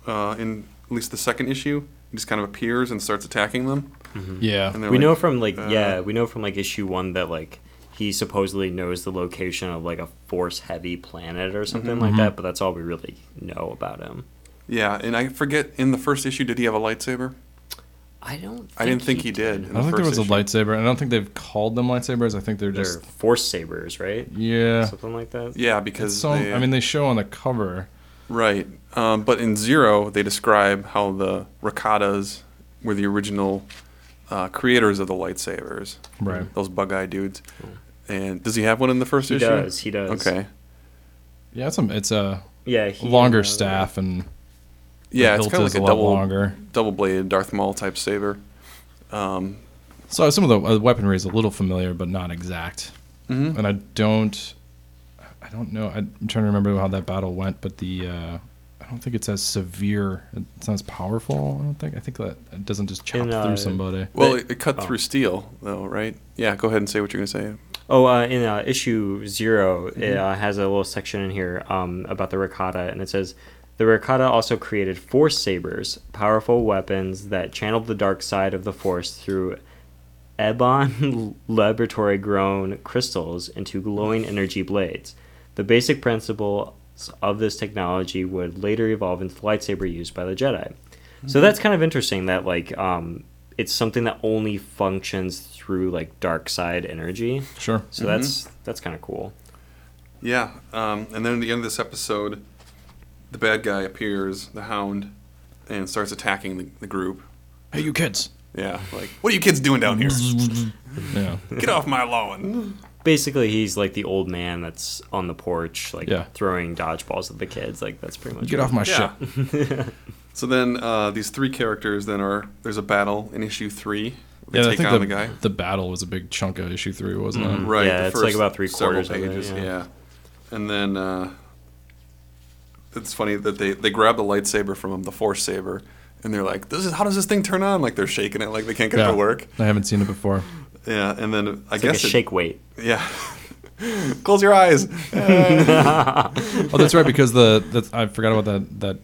Speaker 1: Uh, in at least the second issue, he just kind of appears and starts attacking them.
Speaker 2: Yeah.
Speaker 1: Mm-hmm. And
Speaker 3: We
Speaker 1: they're
Speaker 3: know
Speaker 1: like,
Speaker 3: from like
Speaker 1: uh,
Speaker 3: yeah, we know from like issue one that like he supposedly knows the location of like a force heavy planet or something like that, but that's all we really know about him.
Speaker 1: Yeah, and I forget in the first issue, did he have a lightsaber?
Speaker 3: I don't. Think
Speaker 1: I didn't think he, did. in
Speaker 2: I don't
Speaker 1: the
Speaker 2: think there was
Speaker 1: first
Speaker 2: a
Speaker 1: issue.
Speaker 2: lightsaber, and I don't think they've called them lightsabers. I think they're
Speaker 3: They're
Speaker 2: just
Speaker 3: force sabers, right?
Speaker 2: yeah.
Speaker 3: Something like that.
Speaker 1: Yeah, because
Speaker 2: So
Speaker 1: they-
Speaker 2: I mean, they show on the cover.
Speaker 1: Right. Um, but in Zero, they describe how the Rakatas were the original uh, creators of the lightsabers.
Speaker 2: Right.
Speaker 1: Those bug eyed dudes. And does Hmm. he have one in the first
Speaker 3: He
Speaker 1: issue?
Speaker 3: does. He does.
Speaker 1: Okay.
Speaker 2: Yeah, it's a it's a
Speaker 3: Yeah. He,
Speaker 2: longer
Speaker 3: uh,
Speaker 2: staff and
Speaker 1: Yeah, it's
Speaker 2: hilt
Speaker 1: kind of
Speaker 2: is
Speaker 1: like a,
Speaker 2: lot
Speaker 1: double
Speaker 2: longer.
Speaker 1: double bladed Darth Maul type saber. Um,
Speaker 2: So some of the uh, weaponry is a little familiar, but not exact.
Speaker 1: Mhm.
Speaker 2: And I don't, I don't know. I'm trying to remember how that battle went, but the uh, I don't think it's as severe. It's not as powerful. I don't think. I think that it doesn't just chop
Speaker 3: And, uh,
Speaker 2: through somebody.
Speaker 1: well,
Speaker 3: But-
Speaker 1: it, it cut
Speaker 3: oh.
Speaker 1: through steel, though, right? Yeah, go ahead and say what you're going to say.
Speaker 3: Oh, uh, in uh, issue 0 it uh, has a little section in here um, about the Rakata, and it says the Rakata also created Force sabers, powerful weapons that channeled the dark side of the Force through ebon laboratory grown crystals into glowing energy blades. The basic principles of this technology would later evolve into the lightsaber used by the Jedi. So that's kind of interesting that like um, it's something that only functions through like dark side energy.
Speaker 2: Sure.
Speaker 3: So that's that's kind of cool.
Speaker 1: Yeah, um, and then at the end of this episode, the bad guy appears, the hound, and starts attacking the, the group.
Speaker 2: Hey, you kids.
Speaker 1: Yeah, like, what are you kids doing down here?
Speaker 2: Yeah.
Speaker 1: Get off my lawn.
Speaker 3: Basically, he's like the old man that's on the porch, like
Speaker 2: Yeah.
Speaker 3: throwing dodgeballs at the kids. Like that's pretty much
Speaker 2: Get
Speaker 3: it.
Speaker 2: off my
Speaker 1: Yeah.
Speaker 2: Oh, shit.
Speaker 1: so then uh, these three characters then are there's a battle in issue three. They
Speaker 2: Yeah, I
Speaker 1: take
Speaker 2: think
Speaker 1: on the,
Speaker 2: the,
Speaker 1: guy. Mm-hmm.
Speaker 2: the battle was a big chunk of issue three, wasn't it?
Speaker 1: Right.
Speaker 3: Yeah,
Speaker 1: the
Speaker 3: it's
Speaker 1: first
Speaker 3: like about three
Speaker 1: several
Speaker 3: quarters of it, yeah.
Speaker 1: And then uh, it's funny that they they grab the lightsaber from him, the force saber, and they're like, "This is how does this thing turn on?" Like they're shaking it, like they can't get it to work.
Speaker 2: I haven't seen it before.
Speaker 1: Yeah, and then I
Speaker 3: It's like a
Speaker 1: guess it-
Speaker 3: shake weight.
Speaker 1: Yeah. Close your eyes.
Speaker 2: Oh, that's right. Because the that's, I forgot about that that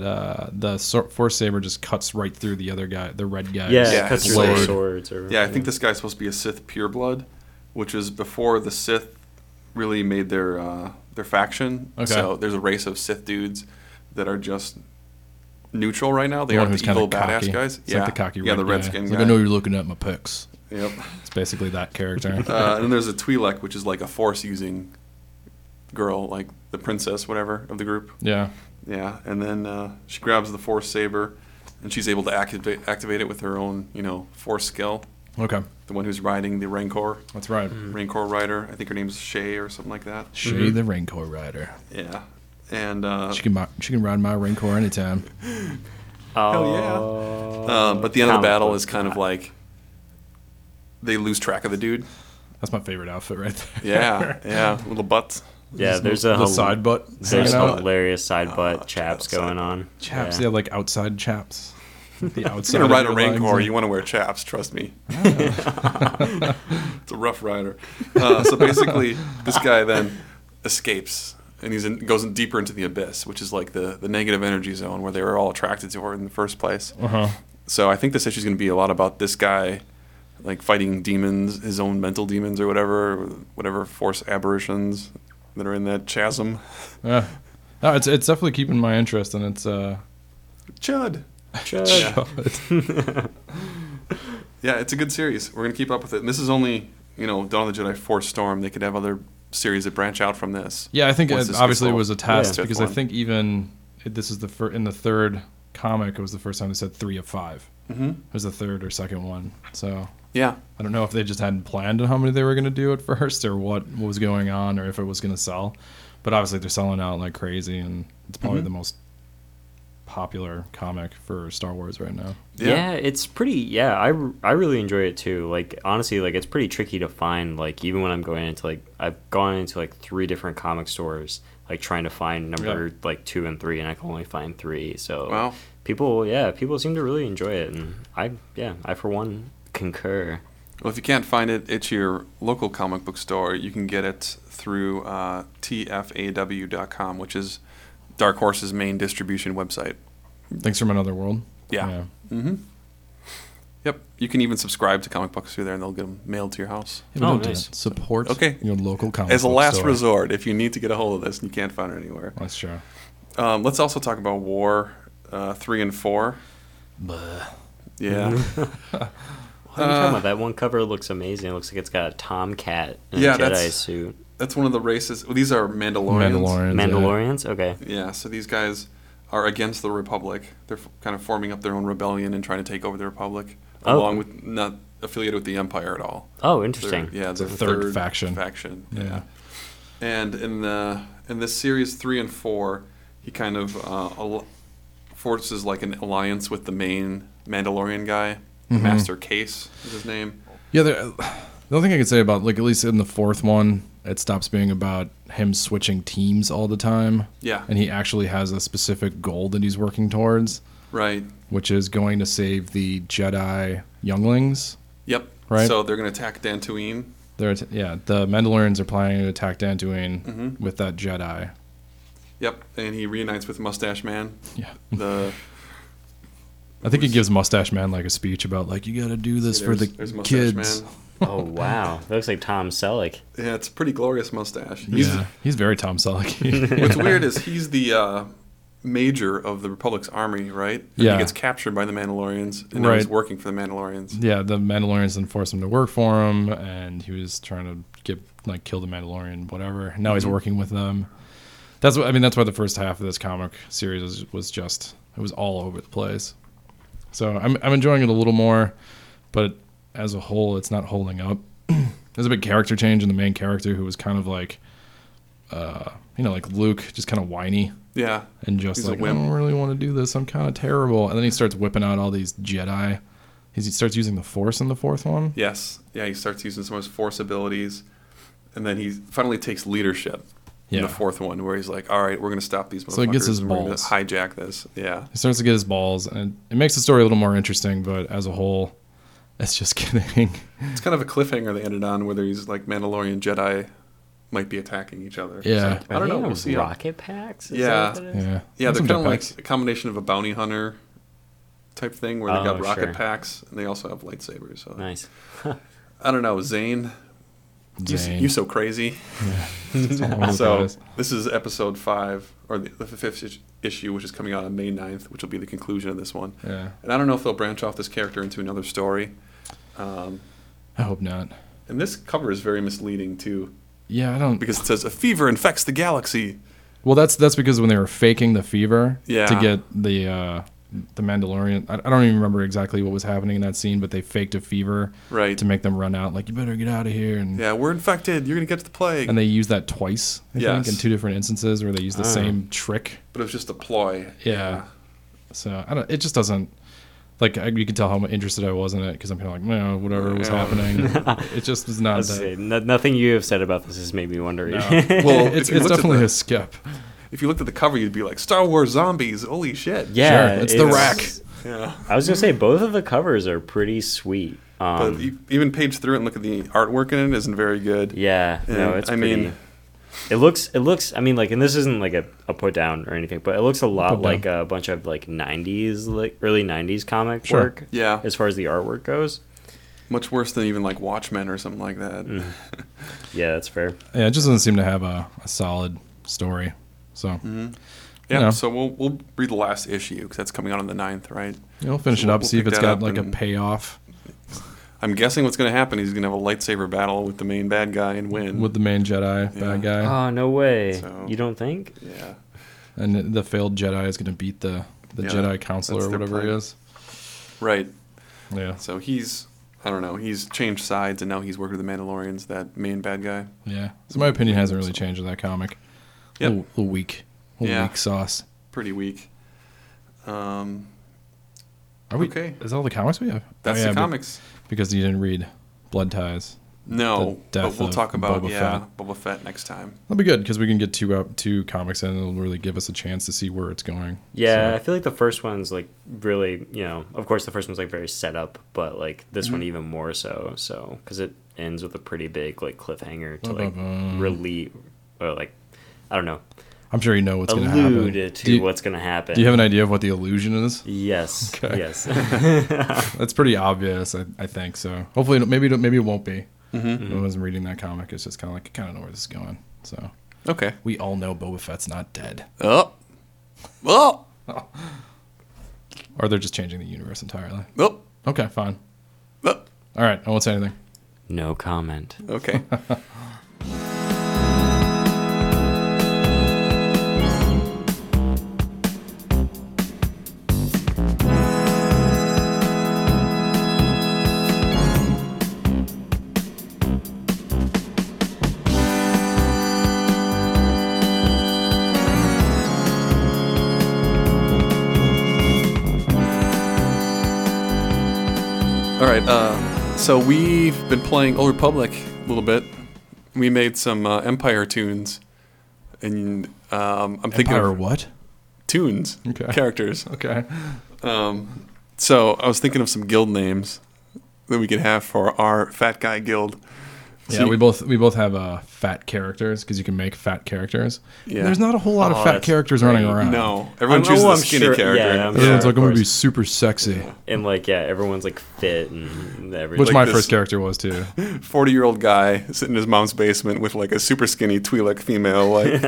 Speaker 2: that uh the sor- force saber just cuts right through the other guy, the red guy.
Speaker 3: Yeah,
Speaker 1: Yeah,
Speaker 3: it cuts through
Speaker 1: blade.
Speaker 3: their swords. Or,
Speaker 1: yeah, I think this guy's supposed to be a Sith pureblood, which is before the Sith really made their uh, their faction.
Speaker 2: Okay.
Speaker 1: So there's a race of Sith dudes that are just neutral right now. They
Speaker 2: The one
Speaker 1: aren't
Speaker 2: who's
Speaker 1: the
Speaker 2: kind
Speaker 1: evil
Speaker 2: of
Speaker 1: badass
Speaker 2: cocky.
Speaker 1: guys.
Speaker 2: It's
Speaker 1: yeah,
Speaker 2: like the cocky
Speaker 1: yeah,
Speaker 2: red
Speaker 1: the
Speaker 2: guy.
Speaker 1: redskin
Speaker 2: It's
Speaker 1: guy.
Speaker 2: Like I know you're looking at my pics.
Speaker 1: Yep.
Speaker 2: It's basically that character.
Speaker 1: Uh, and then there's a Twi'lek, which is like a force using girl, like the princess, whatever, of the group.
Speaker 2: yeah.
Speaker 1: Yeah, and then uh, she grabs the force saber, and she's able to activate activate it with her own, you know, force skill.
Speaker 2: Okay.
Speaker 1: The one who's riding the Rancor,
Speaker 2: That's right.
Speaker 3: Mm-hmm.
Speaker 1: Rancor rider. I think her name's Shay or something like that.
Speaker 2: She the Rancor rider.
Speaker 1: Yeah, and Mm-hmm. uh,
Speaker 2: She can mi- she can ride my Rancor anytime.
Speaker 1: hell yeah. Um, but the end of the
Speaker 3: comic
Speaker 1: battle
Speaker 3: book
Speaker 1: is kind of like they lose track of the dude.
Speaker 2: That's my favorite outfit right there.
Speaker 1: Yeah, yeah, little butts.
Speaker 3: yeah,
Speaker 2: Just
Speaker 3: there's
Speaker 2: the,
Speaker 3: a
Speaker 2: the
Speaker 3: hel-
Speaker 2: side butt.
Speaker 3: There's
Speaker 2: hanging out.
Speaker 1: butt.
Speaker 3: hilarious side butt
Speaker 1: Oh,
Speaker 3: chaps
Speaker 1: chaps, side
Speaker 3: going on.
Speaker 2: Chaps.
Speaker 3: Yeah.
Speaker 2: Yeah. like outside chaps. the outside.
Speaker 1: You're gonna ride
Speaker 2: of
Speaker 1: a
Speaker 2: your legs
Speaker 1: Rancor.
Speaker 2: and-
Speaker 1: You want to wear chaps. Trust me. it's a rough rider. Uh, so basically, this guy then escapes and he's in, goes in deeper into the abyss, which is like the the negative energy zone where they were all attracted to her in the first place.
Speaker 2: Uh-huh.
Speaker 1: So I think this issue is going to be a lot about this guy, like fighting demons, his own mental demons or whatever, whatever force aberrations that are in that chasm.
Speaker 2: Yeah. No, it's it's definitely keeping my interest, and it's uh,
Speaker 1: Chud.
Speaker 3: Chud.
Speaker 1: Yeah, it's a good series. We're gonna keep up with it. And this is only, you know, Dawn of the Jedi Force Storm. They could have other series that branch out from this.
Speaker 2: Yeah, I think
Speaker 1: Once
Speaker 2: it,
Speaker 1: this
Speaker 2: obviously
Speaker 1: gets
Speaker 2: it
Speaker 1: all-
Speaker 2: was a test
Speaker 1: Yeah.
Speaker 2: because I
Speaker 1: Fifth one.
Speaker 2: think even it, this is the fir- in the third comic it was the first time they said three of 5
Speaker 1: Mhm.
Speaker 2: It was the third or second one, so
Speaker 1: Yeah.
Speaker 2: I don't know if they just hadn't planned on how many they were going to do at first or what was going on or if it was going to sell. But obviously they're selling out like crazy, and it's probably
Speaker 1: Mm-hmm.
Speaker 2: the most popular comic for Star Wars right now.
Speaker 1: Yeah.
Speaker 3: Yeah. it's pretty. Yeah, I, r- I really enjoy it too. Like honestly, like it's pretty tricky to find. Like even when I'm going into like I've gone into like three different comic stores, like trying to find number like two and three, and I can only find three. So
Speaker 1: Wow.
Speaker 3: people, yeah, people seem to really enjoy it, and I, yeah, I for one concur.
Speaker 1: Well, if you can't find it at your local comic book store, you can get it through uh, tfaw.com, which is Dark Horse's main distribution website.
Speaker 2: Thanks from Another World.
Speaker 1: Yeah. Mm-hmm. Yep. You can even subscribe to comic books through there, and they'll get them mailed to your house.
Speaker 2: Yeah, we
Speaker 3: Oh,
Speaker 2: don't do
Speaker 3: nice.
Speaker 2: that. Support
Speaker 1: Okay.
Speaker 2: your local comic
Speaker 1: As a
Speaker 2: book
Speaker 1: last
Speaker 2: store.
Speaker 1: resort, if you need to get a hold of this and you can't find it anywhere,
Speaker 2: That's true.
Speaker 1: um, let's also talk about War uh, Three and Four.
Speaker 2: Mm-hmm.
Speaker 1: Yeah.
Speaker 3: What are
Speaker 1: Uh,
Speaker 3: you talking about? That one cover looks amazing. It looks like it's got a tomcat and
Speaker 1: Yeah,
Speaker 3: a Jedi
Speaker 1: that's-
Speaker 3: suit.
Speaker 1: That's one of the races. Well, these are Mandalorians.
Speaker 2: Mandalorian.
Speaker 3: Mandalorians? Okay.
Speaker 1: Yeah, so these guys are against the Republic. They're f- kind of forming up their own rebellion and trying to take over the Republic,
Speaker 3: Oh.
Speaker 1: along with not affiliated with the Empire at all.
Speaker 3: Oh,
Speaker 1: They're-
Speaker 3: interesting.
Speaker 1: yeah,
Speaker 2: It's a
Speaker 1: they're
Speaker 2: third faction.
Speaker 1: Faction.
Speaker 2: Yeah.
Speaker 1: And in the in this series three and four, he kind of uh, al- forces like an alliance with the main Mandalorian guy,
Speaker 2: Mm-hmm.
Speaker 1: Master Case is his name.
Speaker 2: Yeah, there, the only thing I can say about like at least in the fourth one, it stops being about him switching teams all the time,
Speaker 1: Yeah,
Speaker 2: and he actually has a specific goal that he's working towards,
Speaker 1: right.
Speaker 2: which is going to save the Jedi younglings.
Speaker 1: Yep.
Speaker 2: Right.
Speaker 1: So they're gonna attack Dantooine.
Speaker 2: They're att- yeah, the Mandalorians are planning to attack Dantooine
Speaker 1: Mm-hmm.
Speaker 2: with that Jedi.
Speaker 1: Yep, and he reunites with Mustache Man.
Speaker 2: Yeah,
Speaker 1: The
Speaker 2: I think he gives Mustache Man like a speech about like you got to do this for
Speaker 1: there's-
Speaker 2: the
Speaker 1: there's Mustache
Speaker 2: kids.
Speaker 1: Man.
Speaker 3: Oh, wow. That looks like Tom Selleck.
Speaker 1: Yeah, it's a pretty glorious mustache. He's,
Speaker 2: Yeah, he's very Tom Selleck.
Speaker 1: What's weird is he's the uh, major of the Republic's army, right? And
Speaker 2: Yeah.
Speaker 1: He gets captured by the Mandalorians, and now he's
Speaker 2: Right.
Speaker 1: working for the Mandalorians.
Speaker 2: Yeah, the Mandalorians then forced him to work for him, and he was trying to get like kill the Mandalorian, whatever. Now he's working with them. That's what I mean. That's why the first half of this comic series was, was just it was all over the place. So I'm I'm enjoying it a little more, but as a whole, it's not holding up. There's a big character change in the main character who was kind of like, uh, you know, like Luke, just kind of whiny
Speaker 1: Yeah.
Speaker 2: and just
Speaker 1: He's a
Speaker 2: like I
Speaker 1: wimp.
Speaker 2: don't really want to do this. I'm kind of terrible. And then he starts whipping out all these Jedi. He's, he starts using the Force in the fourth one.
Speaker 1: Yes. Yeah, he starts using some of his force abilities, and then he finally takes leadership in
Speaker 2: Yeah.
Speaker 1: the fourth one, where he's like, all right, we're going to stop these motherfuckers.
Speaker 2: So he gets his
Speaker 1: and we're gonna
Speaker 2: balls.
Speaker 1: hijack this. Yeah.
Speaker 2: He starts to get his balls, and it makes the story a little more interesting. But as a whole, it's just kidding.
Speaker 1: It's kind of a cliffhanger they ended on, whether he's like Mandalorian Jedi might be attacking each other.
Speaker 2: Yeah.
Speaker 1: So, I don't know. We'll see. how-
Speaker 3: Rocket packs?
Speaker 1: Yeah.
Speaker 3: that what that is?
Speaker 2: yeah,
Speaker 1: Yeah, they're
Speaker 2: Some
Speaker 1: kind of
Speaker 2: jetpacks.
Speaker 1: like a combination of a bounty hunter type thing where they
Speaker 3: Oh,
Speaker 1: got rocket
Speaker 3: sure.
Speaker 1: packs and they also have lightsabers. So
Speaker 3: Nice.
Speaker 1: I don't know, Zane, you s-
Speaker 2: Zane. Oh
Speaker 1: you so crazy.
Speaker 2: It's all over the
Speaker 1: so
Speaker 2: place.
Speaker 1: this is episode five or the, the fifth is- issue, which is coming out on May 9th, which will be the conclusion of this one.
Speaker 2: yeah,
Speaker 1: And I don't know if they'll branch off this character into another story. Um,
Speaker 2: I hope not.
Speaker 1: and this cover is very misleading too,
Speaker 2: Yeah, I don't.
Speaker 1: because it says a fever infects the galaxy.
Speaker 2: Well, that's that's because when they were faking the fever
Speaker 1: Yeah.
Speaker 2: to get the uh, the Mandalorian, I, I don't even remember exactly what was happening in that scene, but they faked a fever
Speaker 1: Right.
Speaker 2: to make them run out. Like you better get out of here, and
Speaker 1: Yeah, we're infected. You're gonna get the plague.
Speaker 2: and they used that twice. I
Speaker 1: Yes.
Speaker 2: think in two different instances where they used the
Speaker 3: Ah.
Speaker 2: same trick.
Speaker 1: but it was just a ploy.
Speaker 2: Yeah. So I don't. It just doesn't. Like I, you can tell how interested I was in it because I'm kind of like, no, whatever was
Speaker 1: Yeah.
Speaker 2: happening. it just was
Speaker 3: I
Speaker 2: not.
Speaker 3: was gonna
Speaker 2: That,
Speaker 3: say, no, nothing you have said about this has made me wonder.
Speaker 2: No.
Speaker 1: Well, if
Speaker 2: it's
Speaker 1: you
Speaker 2: it's
Speaker 1: looked at
Speaker 2: definitely
Speaker 1: the-
Speaker 2: a skip.
Speaker 1: If you looked at the cover, you'd be like, Star Wars zombies, holy shit.
Speaker 3: yeah,
Speaker 2: Sure, it's the rack.
Speaker 1: Yeah.
Speaker 3: I was gonna say both of the covers are pretty sweet. Um,
Speaker 1: but e even page through it and look at the artwork in it isn't very good.
Speaker 3: yeah, no,
Speaker 1: and
Speaker 3: it's
Speaker 1: I
Speaker 3: pretty.
Speaker 1: mean-
Speaker 3: it looks, it looks. I mean, like, and this isn't like a, a put down or anything, but it looks a lot
Speaker 2: Put down.
Speaker 3: like a bunch of like '90s, like early '90s comic
Speaker 2: Sure.
Speaker 3: work.
Speaker 1: Yeah.
Speaker 3: as far as the artwork goes.
Speaker 1: Much worse than even like Watchmen or something like that.
Speaker 3: Mm. Yeah, that's fair.
Speaker 2: Yeah, it just doesn't seem to have a, a solid story. So
Speaker 1: Yeah.
Speaker 2: Yeah.
Speaker 1: So we'll we'll read the last issue because that's coming out on the 9th, right?
Speaker 2: you know, finish
Speaker 1: So
Speaker 2: it up,
Speaker 1: we'll
Speaker 2: see if
Speaker 1: pick
Speaker 2: it's
Speaker 1: that
Speaker 2: got
Speaker 1: up
Speaker 2: like a
Speaker 1: and-
Speaker 2: payoff
Speaker 1: I'm guessing what's going to happen. is He's going to have a lightsaber battle with the main bad guy and win.
Speaker 2: with the main Jedi
Speaker 1: Mm-hmm. Yeah.
Speaker 2: bad guy,
Speaker 3: Oh no way!
Speaker 1: So-
Speaker 3: You don't think?
Speaker 1: yeah.
Speaker 2: and the failed Jedi is going to beat the the
Speaker 1: Yeah,
Speaker 2: Jedi counselor
Speaker 1: that's
Speaker 2: or
Speaker 1: their
Speaker 2: whatever he
Speaker 1: plan.
Speaker 2: is.
Speaker 1: Right.
Speaker 2: Yeah,
Speaker 1: So he's I don't know. He's changed sides and now he's working with the Mandalorians. That main bad guy.
Speaker 2: yeah. So my opinion hasn't really changed with that comic. A
Speaker 1: Yep.
Speaker 2: little, little weak, little
Speaker 1: Yeah.
Speaker 2: weak sauce.
Speaker 1: Pretty weak.
Speaker 2: Oh,
Speaker 1: Um,
Speaker 2: Are we
Speaker 1: Okay.
Speaker 2: Is that all the comics we have?
Speaker 1: that's
Speaker 2: Oh, yeah,
Speaker 1: the
Speaker 2: be-
Speaker 1: comics.
Speaker 2: because you didn't read Blood Ties.
Speaker 1: No,
Speaker 2: The
Speaker 1: but
Speaker 2: death
Speaker 1: we'll
Speaker 2: of
Speaker 1: talk about
Speaker 2: Boba
Speaker 1: yeah Boba Fett next time.
Speaker 2: That'll be good because we can get two up two comics and it'll really give us a chance to see where it's going.
Speaker 3: Yeah,
Speaker 2: So-
Speaker 3: I feel like the first one's like really, you know, of course the first one's like very set up, but like this
Speaker 2: Mm-hmm.
Speaker 3: one even more so, so because it ends with a pretty big like cliffhanger to like
Speaker 2: Ba-ba-bum.
Speaker 3: relieve or like I don't know,
Speaker 2: I'm sure you know what's going to happen.
Speaker 3: allude to
Speaker 2: do you,
Speaker 3: what's gonna happen.
Speaker 2: do you have an idea of what the illusion is?
Speaker 3: yes,
Speaker 2: Okay.
Speaker 3: yes.
Speaker 2: That's pretty obvious, I, I think. So hopefully, it- maybe it- maybe it won't be. Mm-hmm. When I was reading that comic, it's just kind of like I kind of know where this is going. So
Speaker 1: Okay.
Speaker 2: we all know Boba Fett's not dead,
Speaker 1: Oh. Oh.
Speaker 2: or they're just changing the universe entirely.
Speaker 1: Oh.
Speaker 2: Okay, fine.
Speaker 1: oh.
Speaker 2: All right, I won't say anything.
Speaker 3: no comment.
Speaker 1: Okay. All right. Uh, so we've been playing Old Republic a little bit. We made some uh, Empire tunes, and um, I'm thinking
Speaker 2: Empire
Speaker 1: of
Speaker 2: what?
Speaker 1: tunes
Speaker 2: Okay.
Speaker 1: characters.
Speaker 2: Okay.
Speaker 1: Um, so I was thinking of some guild names that we could have for our Fat Guy Guild. So
Speaker 2: yeah,
Speaker 1: you-
Speaker 2: we both we both have uh, fat characters because you can make fat characters.
Speaker 1: Yeah.
Speaker 2: There's not a whole lot
Speaker 3: Oh,
Speaker 2: of fat
Speaker 3: that's
Speaker 2: characters running
Speaker 3: great.
Speaker 2: around.
Speaker 1: No, everyone
Speaker 3: I'm-
Speaker 1: chooses
Speaker 3: oh,
Speaker 1: a
Speaker 3: I'm
Speaker 1: skinny
Speaker 3: sure-
Speaker 1: character.
Speaker 3: yeah, I'm sure.
Speaker 2: Everyone's like,
Speaker 3: of
Speaker 2: I'm gonna be
Speaker 3: course.
Speaker 2: super sexy,
Speaker 3: And like yeah, everyone's like fit and everything.
Speaker 2: which my
Speaker 1: this-
Speaker 2: first character was too.
Speaker 1: Forty-year-old guy sitting in his mom's basement with like a super skinny Twi'lek female. Like,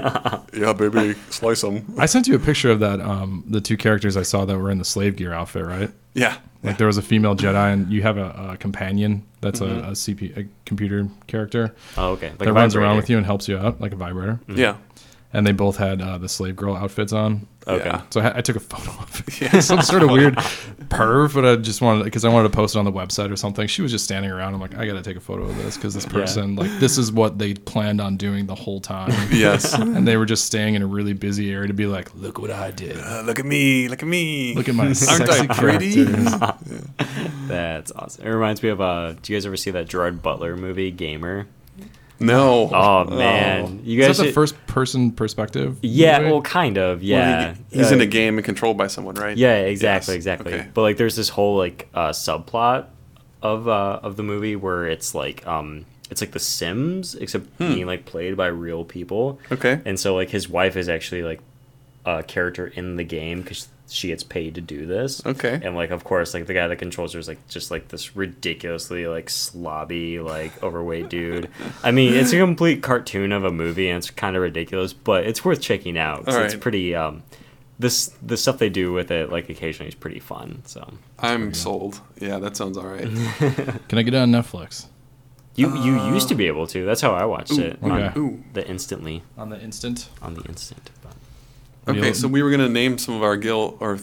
Speaker 1: yeah, baby, slice him.
Speaker 2: I sent you a picture of that. Um, the two characters I saw that were in the slave gear outfit, right?
Speaker 1: Yeah,
Speaker 2: Like there was a female Jedi, and you have a, a companion that's a, a CP, a computer character
Speaker 3: oh okay, Mm-hmm. like
Speaker 2: that
Speaker 3: a
Speaker 2: runs around
Speaker 3: vibrator.
Speaker 2: with you and helps you out, like a vibrator.
Speaker 1: yeah,
Speaker 2: And they both had uh, the slave girl outfits on.
Speaker 3: Okay.
Speaker 1: yeah.
Speaker 2: So I, ha- I took a photo of it. Some sort of weird perv, but I just wanted because I wanted to post it on the website or something. She was just standing around. I'm like, I gotta take a photo of this because this person, like, this is what they planned on doing the whole time,
Speaker 1: Yes.
Speaker 2: and they were just staying in a really busy area to be like, look what I did,
Speaker 1: Uh, look at me. Look at me.
Speaker 2: look at my
Speaker 1: Aren't
Speaker 2: sexy
Speaker 1: I pretty?
Speaker 2: characters.
Speaker 3: That's awesome. It reminds me of uh, do you guys ever see that Gerard Butler movie Gamer?
Speaker 1: No.
Speaker 3: Oh man, you guys
Speaker 2: Is that the
Speaker 3: should-
Speaker 2: first person perspective?
Speaker 3: Yeah,
Speaker 2: movie?
Speaker 3: well, kind of. Yeah,
Speaker 1: Well, he- he's
Speaker 3: Uh,
Speaker 1: in a game and controlled by someone, right?
Speaker 3: Yeah, exactly,
Speaker 1: Yes,
Speaker 3: exactly.
Speaker 1: okay.
Speaker 3: But like, there's this whole like uh, subplot of uh, of the movie where it's like um, it's like The Sims, except
Speaker 1: Hmm.
Speaker 3: being like played by real people.
Speaker 1: Okay.
Speaker 3: And so like his wife is actually like a character in the game because she gets paid to do this.
Speaker 1: Okay.
Speaker 3: And like, of course, like the guy that controls her is like just like this ridiculously like slobby, like overweight dude. I mean, it's a complete cartoon of a movie, and it's kind of ridiculous, but it's worth checking out. 'cause
Speaker 1: All
Speaker 3: It's
Speaker 1: right.
Speaker 3: pretty. Um, this the stuff they do with it like occasionally is pretty fun. So
Speaker 1: I'm sold. Yeah, that sounds all right.
Speaker 2: Can I get it on Netflix?
Speaker 3: you you used to be able to. That's how I watched it. on
Speaker 2: okay.
Speaker 1: Uh. Ooh.
Speaker 3: The instantly
Speaker 2: On the instant.
Speaker 3: on the instant. But
Speaker 1: Okay, so we were gonna name some of our guild or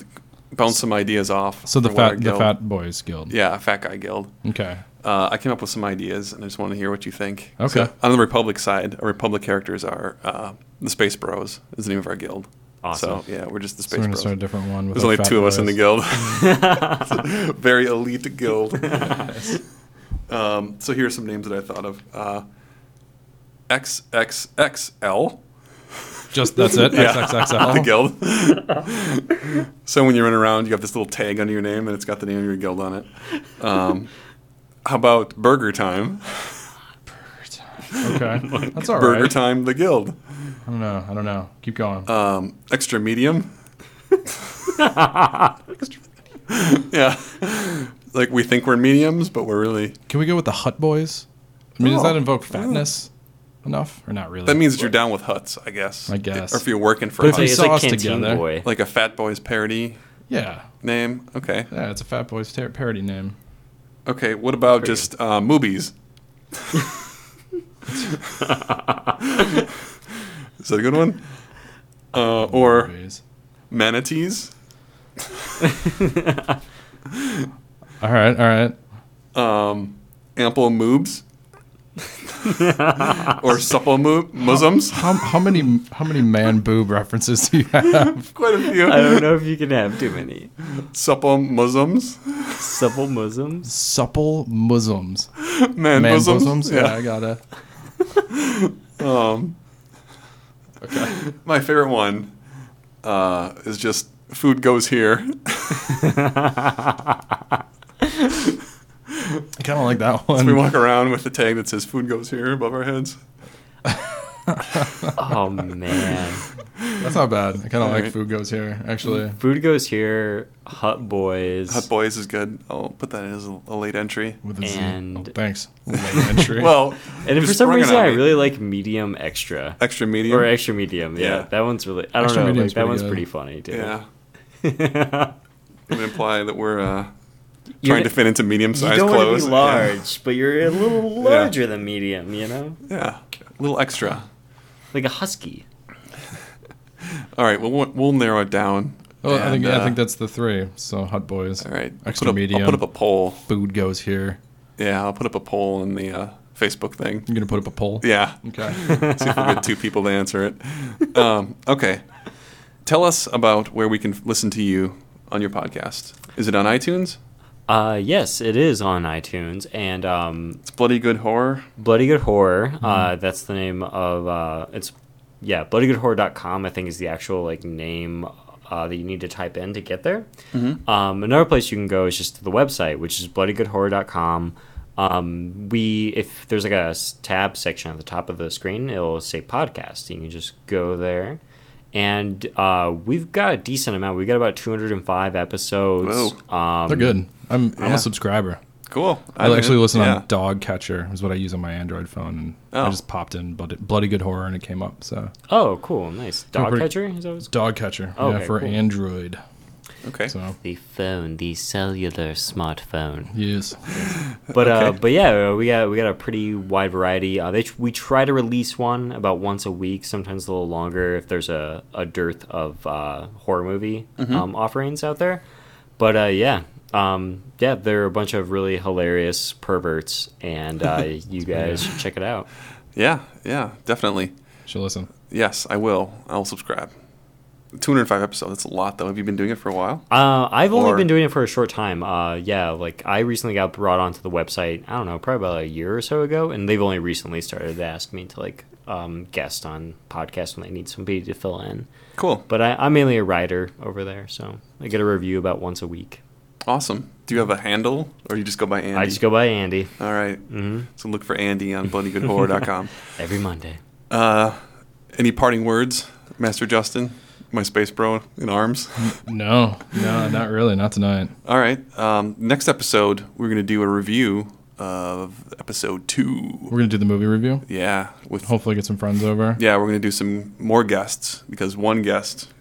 Speaker 1: bounce some ideas off.
Speaker 2: So the
Speaker 1: for what our
Speaker 2: fat the
Speaker 1: guild-
Speaker 2: fat boys guild.
Speaker 1: Yeah, Fat Guy Guild.
Speaker 2: Okay.
Speaker 1: Uh, I came up with some ideas, and I just want to hear what you think.
Speaker 2: Okay.
Speaker 1: So, on the Republic side, our Republic characters are uh, the Space Bros. Is the name of our guild.
Speaker 3: Awesome.
Speaker 1: So yeah, we're just the
Speaker 2: So
Speaker 1: Space
Speaker 2: we're gonna
Speaker 1: Bros.
Speaker 2: start a different one. With
Speaker 1: There's
Speaker 2: our
Speaker 1: only
Speaker 2: fat
Speaker 1: two of us in the
Speaker 2: boys.
Speaker 1: guild. It's a very elite guild. um, so here are some names that I thought of. Uh, XXXL.
Speaker 2: Just that's it.
Speaker 1: the
Speaker 2: XXXL.
Speaker 1: guild. so when you run around, you have this little tag under your name, and it's got the name of your guild on it. Um, how about Burger Time?
Speaker 2: Okay, that's all
Speaker 1: Burger
Speaker 2: right.
Speaker 1: Time, the guild.
Speaker 2: I don't know. I don't know. Keep going.
Speaker 1: Um, extra medium. yeah, like we think we're mediums, but we're really.
Speaker 2: Can we go with the Hut Boys? I mean, does
Speaker 1: Oh.
Speaker 2: that invoke fatness enough or not really?
Speaker 1: That means that you're down with huts, I guess.
Speaker 2: I guess.
Speaker 1: Or if you're working for
Speaker 2: But if
Speaker 1: huts,
Speaker 2: you
Speaker 3: it's
Speaker 2: saw
Speaker 3: like
Speaker 2: us
Speaker 3: Canteen
Speaker 2: together.
Speaker 3: Boy.
Speaker 1: like a Fat Boys parody
Speaker 2: yeah,
Speaker 1: name. Okay,
Speaker 2: yeah. It's a Fat Boys ter- parody name.
Speaker 1: okay. What about just uh, movies? Is that a good one? Uh, or
Speaker 2: Anyways.
Speaker 1: manatees?
Speaker 2: all right, all right.
Speaker 1: um, ample moobs or supple moob Muslims.
Speaker 2: How, how many how many man boob references do you have?
Speaker 1: Quite a few.
Speaker 3: I don't know if you can have too many.
Speaker 1: Supple Muslims.
Speaker 3: Supple Muslims.
Speaker 2: Supple Muslims,
Speaker 1: Man,
Speaker 2: man
Speaker 1: Muslims.
Speaker 2: bosoms. Yeah.
Speaker 1: Yeah.
Speaker 2: I gotta.
Speaker 1: Um, okay. My favorite one uh, is just food goes here.
Speaker 3: Oh,
Speaker 2: I kind of like that one.
Speaker 1: we walk around with a tag that says food goes here above our heads.
Speaker 3: Oh man.
Speaker 2: That's not bad. I kind of like
Speaker 1: right.
Speaker 2: food goes here actually.
Speaker 3: Food goes here. Hut boys.
Speaker 1: Hut Boys is good. I'll put that in as a, a late entry.
Speaker 2: With a Z.
Speaker 3: And-
Speaker 2: Oh, thanks. Late entry.
Speaker 1: Well,
Speaker 3: and
Speaker 1: you
Speaker 3: for some
Speaker 1: sprung it
Speaker 3: reason,
Speaker 1: on
Speaker 3: I
Speaker 1: me.
Speaker 3: really like medium extra
Speaker 1: extra medium.
Speaker 3: or extra medium. Yeah,
Speaker 1: Yeah.
Speaker 3: that one's really. I don't
Speaker 2: Extra
Speaker 3: know.
Speaker 2: medium's
Speaker 3: Like, that
Speaker 2: pretty
Speaker 3: one's
Speaker 2: good.
Speaker 3: pretty funny too.
Speaker 1: yeah,
Speaker 3: Yeah.
Speaker 1: it would imply that we're uh,
Speaker 3: You're
Speaker 1: trying
Speaker 3: n-
Speaker 1: to fit into medium-sized
Speaker 3: you don't want
Speaker 1: clothes.
Speaker 3: to be
Speaker 1: Yeah.
Speaker 3: large, but you're a little larger than medium. You know,
Speaker 1: Yeah, a little extra.
Speaker 3: like a husky.
Speaker 1: All right, well, we'll, we'll narrow it down.
Speaker 3: Oh,
Speaker 2: Well, Oh, I think
Speaker 1: And,
Speaker 2: I
Speaker 1: uh,
Speaker 2: think that's the three. So Hut Boys.
Speaker 1: all right. I'll
Speaker 2: Extra
Speaker 1: put up,
Speaker 2: medium.
Speaker 1: I'll put up a poll.
Speaker 2: Food goes here.
Speaker 1: Yeah, I'll put up a poll in the uh, Facebook thing.
Speaker 2: You're gonna put up a poll.
Speaker 1: Yeah,
Speaker 2: Okay.
Speaker 1: see if we get two people to answer it. Um, okay, tell us about where we can listen to you on your podcast. Is it on iTunes?
Speaker 3: Uh, yes, it is on iTunes and um,
Speaker 1: It's bloody good horror.
Speaker 3: Bloody Good Horror.
Speaker 2: Mm-hmm.
Speaker 3: Uh, that's the name of uh, it's yeah, bloodygoodhorror.com I think is the actual like name uh, that you need to type in to get there.
Speaker 2: Mm-hmm.
Speaker 3: Um, another place you can go is just to the website, which is bloodygoodhorror.com. Um, we if there's like a s- tab section at the top of the screen, it'll say podcast. You can just go there. And uh, we've got a decent amount. We've got about 205 episodes. Um,
Speaker 2: They're good. I'm I'm
Speaker 1: Yeah.
Speaker 2: a subscriber.
Speaker 1: Cool.
Speaker 2: I actually listen
Speaker 1: yeah.
Speaker 2: on Dog Catcher is what I use on my Android phone, and
Speaker 1: Oh.
Speaker 2: I just popped in Bloody, Bloody Good Horror and it came up. So
Speaker 3: Oh, cool. Nice. Dog
Speaker 2: pretty-
Speaker 3: catcher? Is that what it's
Speaker 2: Dog Catcher,
Speaker 3: Oh,
Speaker 2: yeah,
Speaker 3: okay,
Speaker 2: for
Speaker 3: cool.
Speaker 2: Android.
Speaker 1: Okay.
Speaker 2: So
Speaker 3: the phone, the cellular smartphone.
Speaker 2: yes,
Speaker 3: But uh, but yeah, we got we got a pretty wide variety. Uh, they we try to release one about once a week, sometimes a little longer if there's a, a dearth of uh, horror movie um, offerings out there. But uh, yeah, um, yeah, there are a bunch of really hilarious perverts, and uh, you guys should check it out.
Speaker 1: Yeah. Yeah. Definitely.
Speaker 2: should listen.
Speaker 1: Yes, I will. I'll subscribe. 205 episodes. That's a lot, though. Have you been doing it for a while?
Speaker 3: Uh, I've only
Speaker 1: Or-
Speaker 3: been doing it for a short time. Uh, yeah, like I recently got brought onto the website. I don't know, probably about a year or so ago, and they've only recently started to ask me to like um, guest on podcasts when they need somebody to fill in.
Speaker 1: Cool.
Speaker 3: But I, I'm mainly a writer over there, so I get a review about once a week.
Speaker 1: Awesome. Do you have a handle, or you just go by Andy?
Speaker 3: I just go by Andy
Speaker 1: All right.
Speaker 2: Mm-hmm.
Speaker 1: So look for Andy on bloodygoodhorror.com.
Speaker 3: every Monday.
Speaker 1: uh, any parting words, Master Justin, my space bro in arms?
Speaker 2: No, no, not really, not tonight.
Speaker 1: All right. Um, next episode, we're going to do a review of episode two.
Speaker 2: We're gonna do the movie review.
Speaker 1: Yeah, with
Speaker 2: Hopefully, get some friends over.
Speaker 1: yeah, we're going to do some more guests because one guest.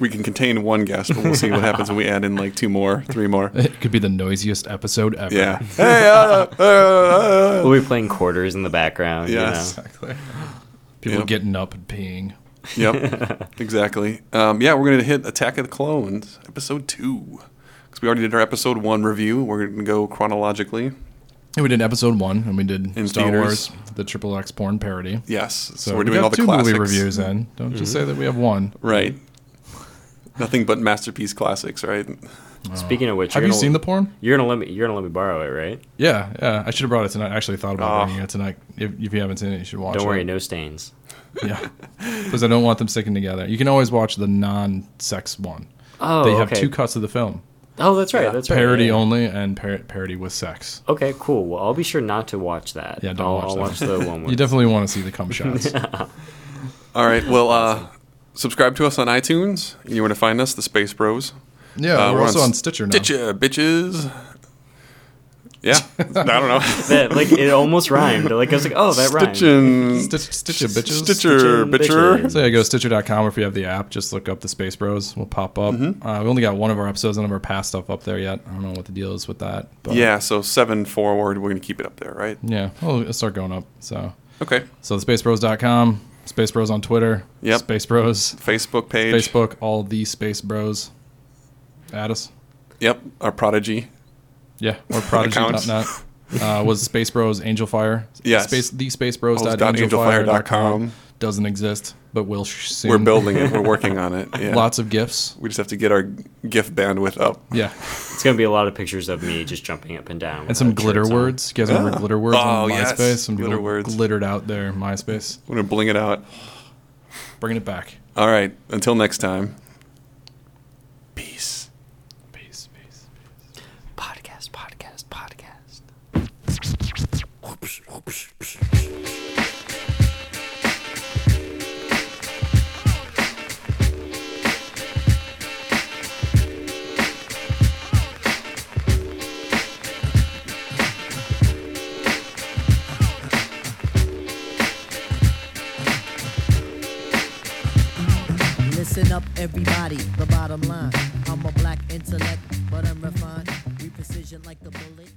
Speaker 1: We can contain one guest, but we'll see what happens when we add in like two more, three more.
Speaker 2: It could be the noisiest episode ever.
Speaker 1: Yeah. hey, uh, uh, uh.
Speaker 3: We'll be playing quarters in the background.
Speaker 1: Yes.
Speaker 3: You know?
Speaker 2: exactly. People
Speaker 1: Yep.
Speaker 2: getting up and peeing.
Speaker 1: Yep. Exactly. Um, yeah, we're going to hit Attack of the Clones, episode two. Because we already did our episode one review. We're going to go chronologically.
Speaker 2: And we did episode one, and we did
Speaker 1: In
Speaker 2: Star
Speaker 1: theaters.
Speaker 2: Wars, the triple X porn parody.
Speaker 1: Yes. So,
Speaker 2: So
Speaker 1: we're
Speaker 2: we
Speaker 1: doing
Speaker 2: got
Speaker 1: all the
Speaker 2: two
Speaker 1: classics.
Speaker 2: movie reviews. Then don't just say that we have one.
Speaker 1: Right. Nothing but masterpiece classics, right?
Speaker 3: Speaking of which,
Speaker 2: Oh. Have
Speaker 3: you're
Speaker 2: you
Speaker 3: gonna-
Speaker 2: seen the porn?
Speaker 3: You're gonna let me. You're gonna let me borrow it, right?
Speaker 2: Yeah, yeah. I should have brought it tonight. I actually thought about
Speaker 1: Oh.
Speaker 2: bringing it tonight. If, if you haven't seen it, you should watch
Speaker 3: Don't
Speaker 2: it.
Speaker 3: worry, no stains.
Speaker 2: Yeah. Because I don't want them sticking together. You can always watch the non sex one.
Speaker 3: Oh,
Speaker 2: they have
Speaker 3: okay.
Speaker 2: two cuts of the film
Speaker 3: Oh, that's right. that's right.
Speaker 2: parody
Speaker 3: yeah.
Speaker 2: only and par- parody with sex.
Speaker 3: Okay, cool. Well, I'll be sure not to watch that.
Speaker 2: Yeah, don't
Speaker 3: I'll,
Speaker 2: watch
Speaker 3: I'll
Speaker 2: that.
Speaker 3: watch the one.
Speaker 2: You
Speaker 3: With,
Speaker 2: definitely want to see the cum shots.
Speaker 1: All right. Well, uh, subscribe to us on iTunes. You know where to find us, the Space Bros.
Speaker 2: Yeah,
Speaker 1: Uh,
Speaker 2: we're, also on Stitcher now.
Speaker 1: Stitcher, uh, bitches. Yeah, I don't know.
Speaker 3: that like it almost rhymed. Like I was like, oh, that rhymed.
Speaker 1: Stitchin'.
Speaker 2: Stitch, Stitcher bitches.
Speaker 1: Stitcher,
Speaker 3: Stitchin'
Speaker 1: bitcher.
Speaker 3: bitches.
Speaker 2: So yeah, go to Stitcher.com or if you have the app, just look up the Space Bros. We'll pop up. Uh, we only got one of our episodes, none of our past stuff up there yet. I don't know what the deal is with that. But
Speaker 1: Yeah, so seven forward. We're gonna keep it up there, right?
Speaker 2: Yeah. Well, it'll start going up. So
Speaker 1: Okay.
Speaker 2: so the spacebros.com, Space Bros on Twitter.
Speaker 1: Yep.
Speaker 2: Space Bros.
Speaker 1: Facebook page.
Speaker 2: Facebook, all the Space Bros. At us.
Speaker 1: Yep. Our prodigy.
Speaker 2: Yeah. Or prodigy.net. Uh, was Space Bros Angel Fire?
Speaker 1: Yes.
Speaker 2: Space, the Space
Speaker 1: Oh, dot angelfire.com.
Speaker 2: doesn't exist, but will sh- soon.
Speaker 1: We're building it. We're working on it. Yeah.
Speaker 2: Lots of gifts.
Speaker 1: We just have to get our GIF bandwidth up.
Speaker 2: Yeah.
Speaker 3: It's gonna be a lot of pictures of me just jumping up and down.
Speaker 2: And
Speaker 3: without
Speaker 2: some
Speaker 3: shirts
Speaker 2: glitter
Speaker 3: on.
Speaker 2: words. You guys remember
Speaker 1: Ah.
Speaker 2: glitter words on
Speaker 1: Oh, yes.
Speaker 2: MySpace? Some people
Speaker 1: Glitter words.
Speaker 2: glittered out there in MySpace.
Speaker 1: We're gonna bling it out.
Speaker 2: Bringing it back.
Speaker 1: All right. Until next time. Peace.
Speaker 2: Peace, peace.
Speaker 3: Podcast, podcast, podcast.
Speaker 4: Listen up, everybody. The bottom line. I'm a black intellect, but I'm refined. We precision like the bullet.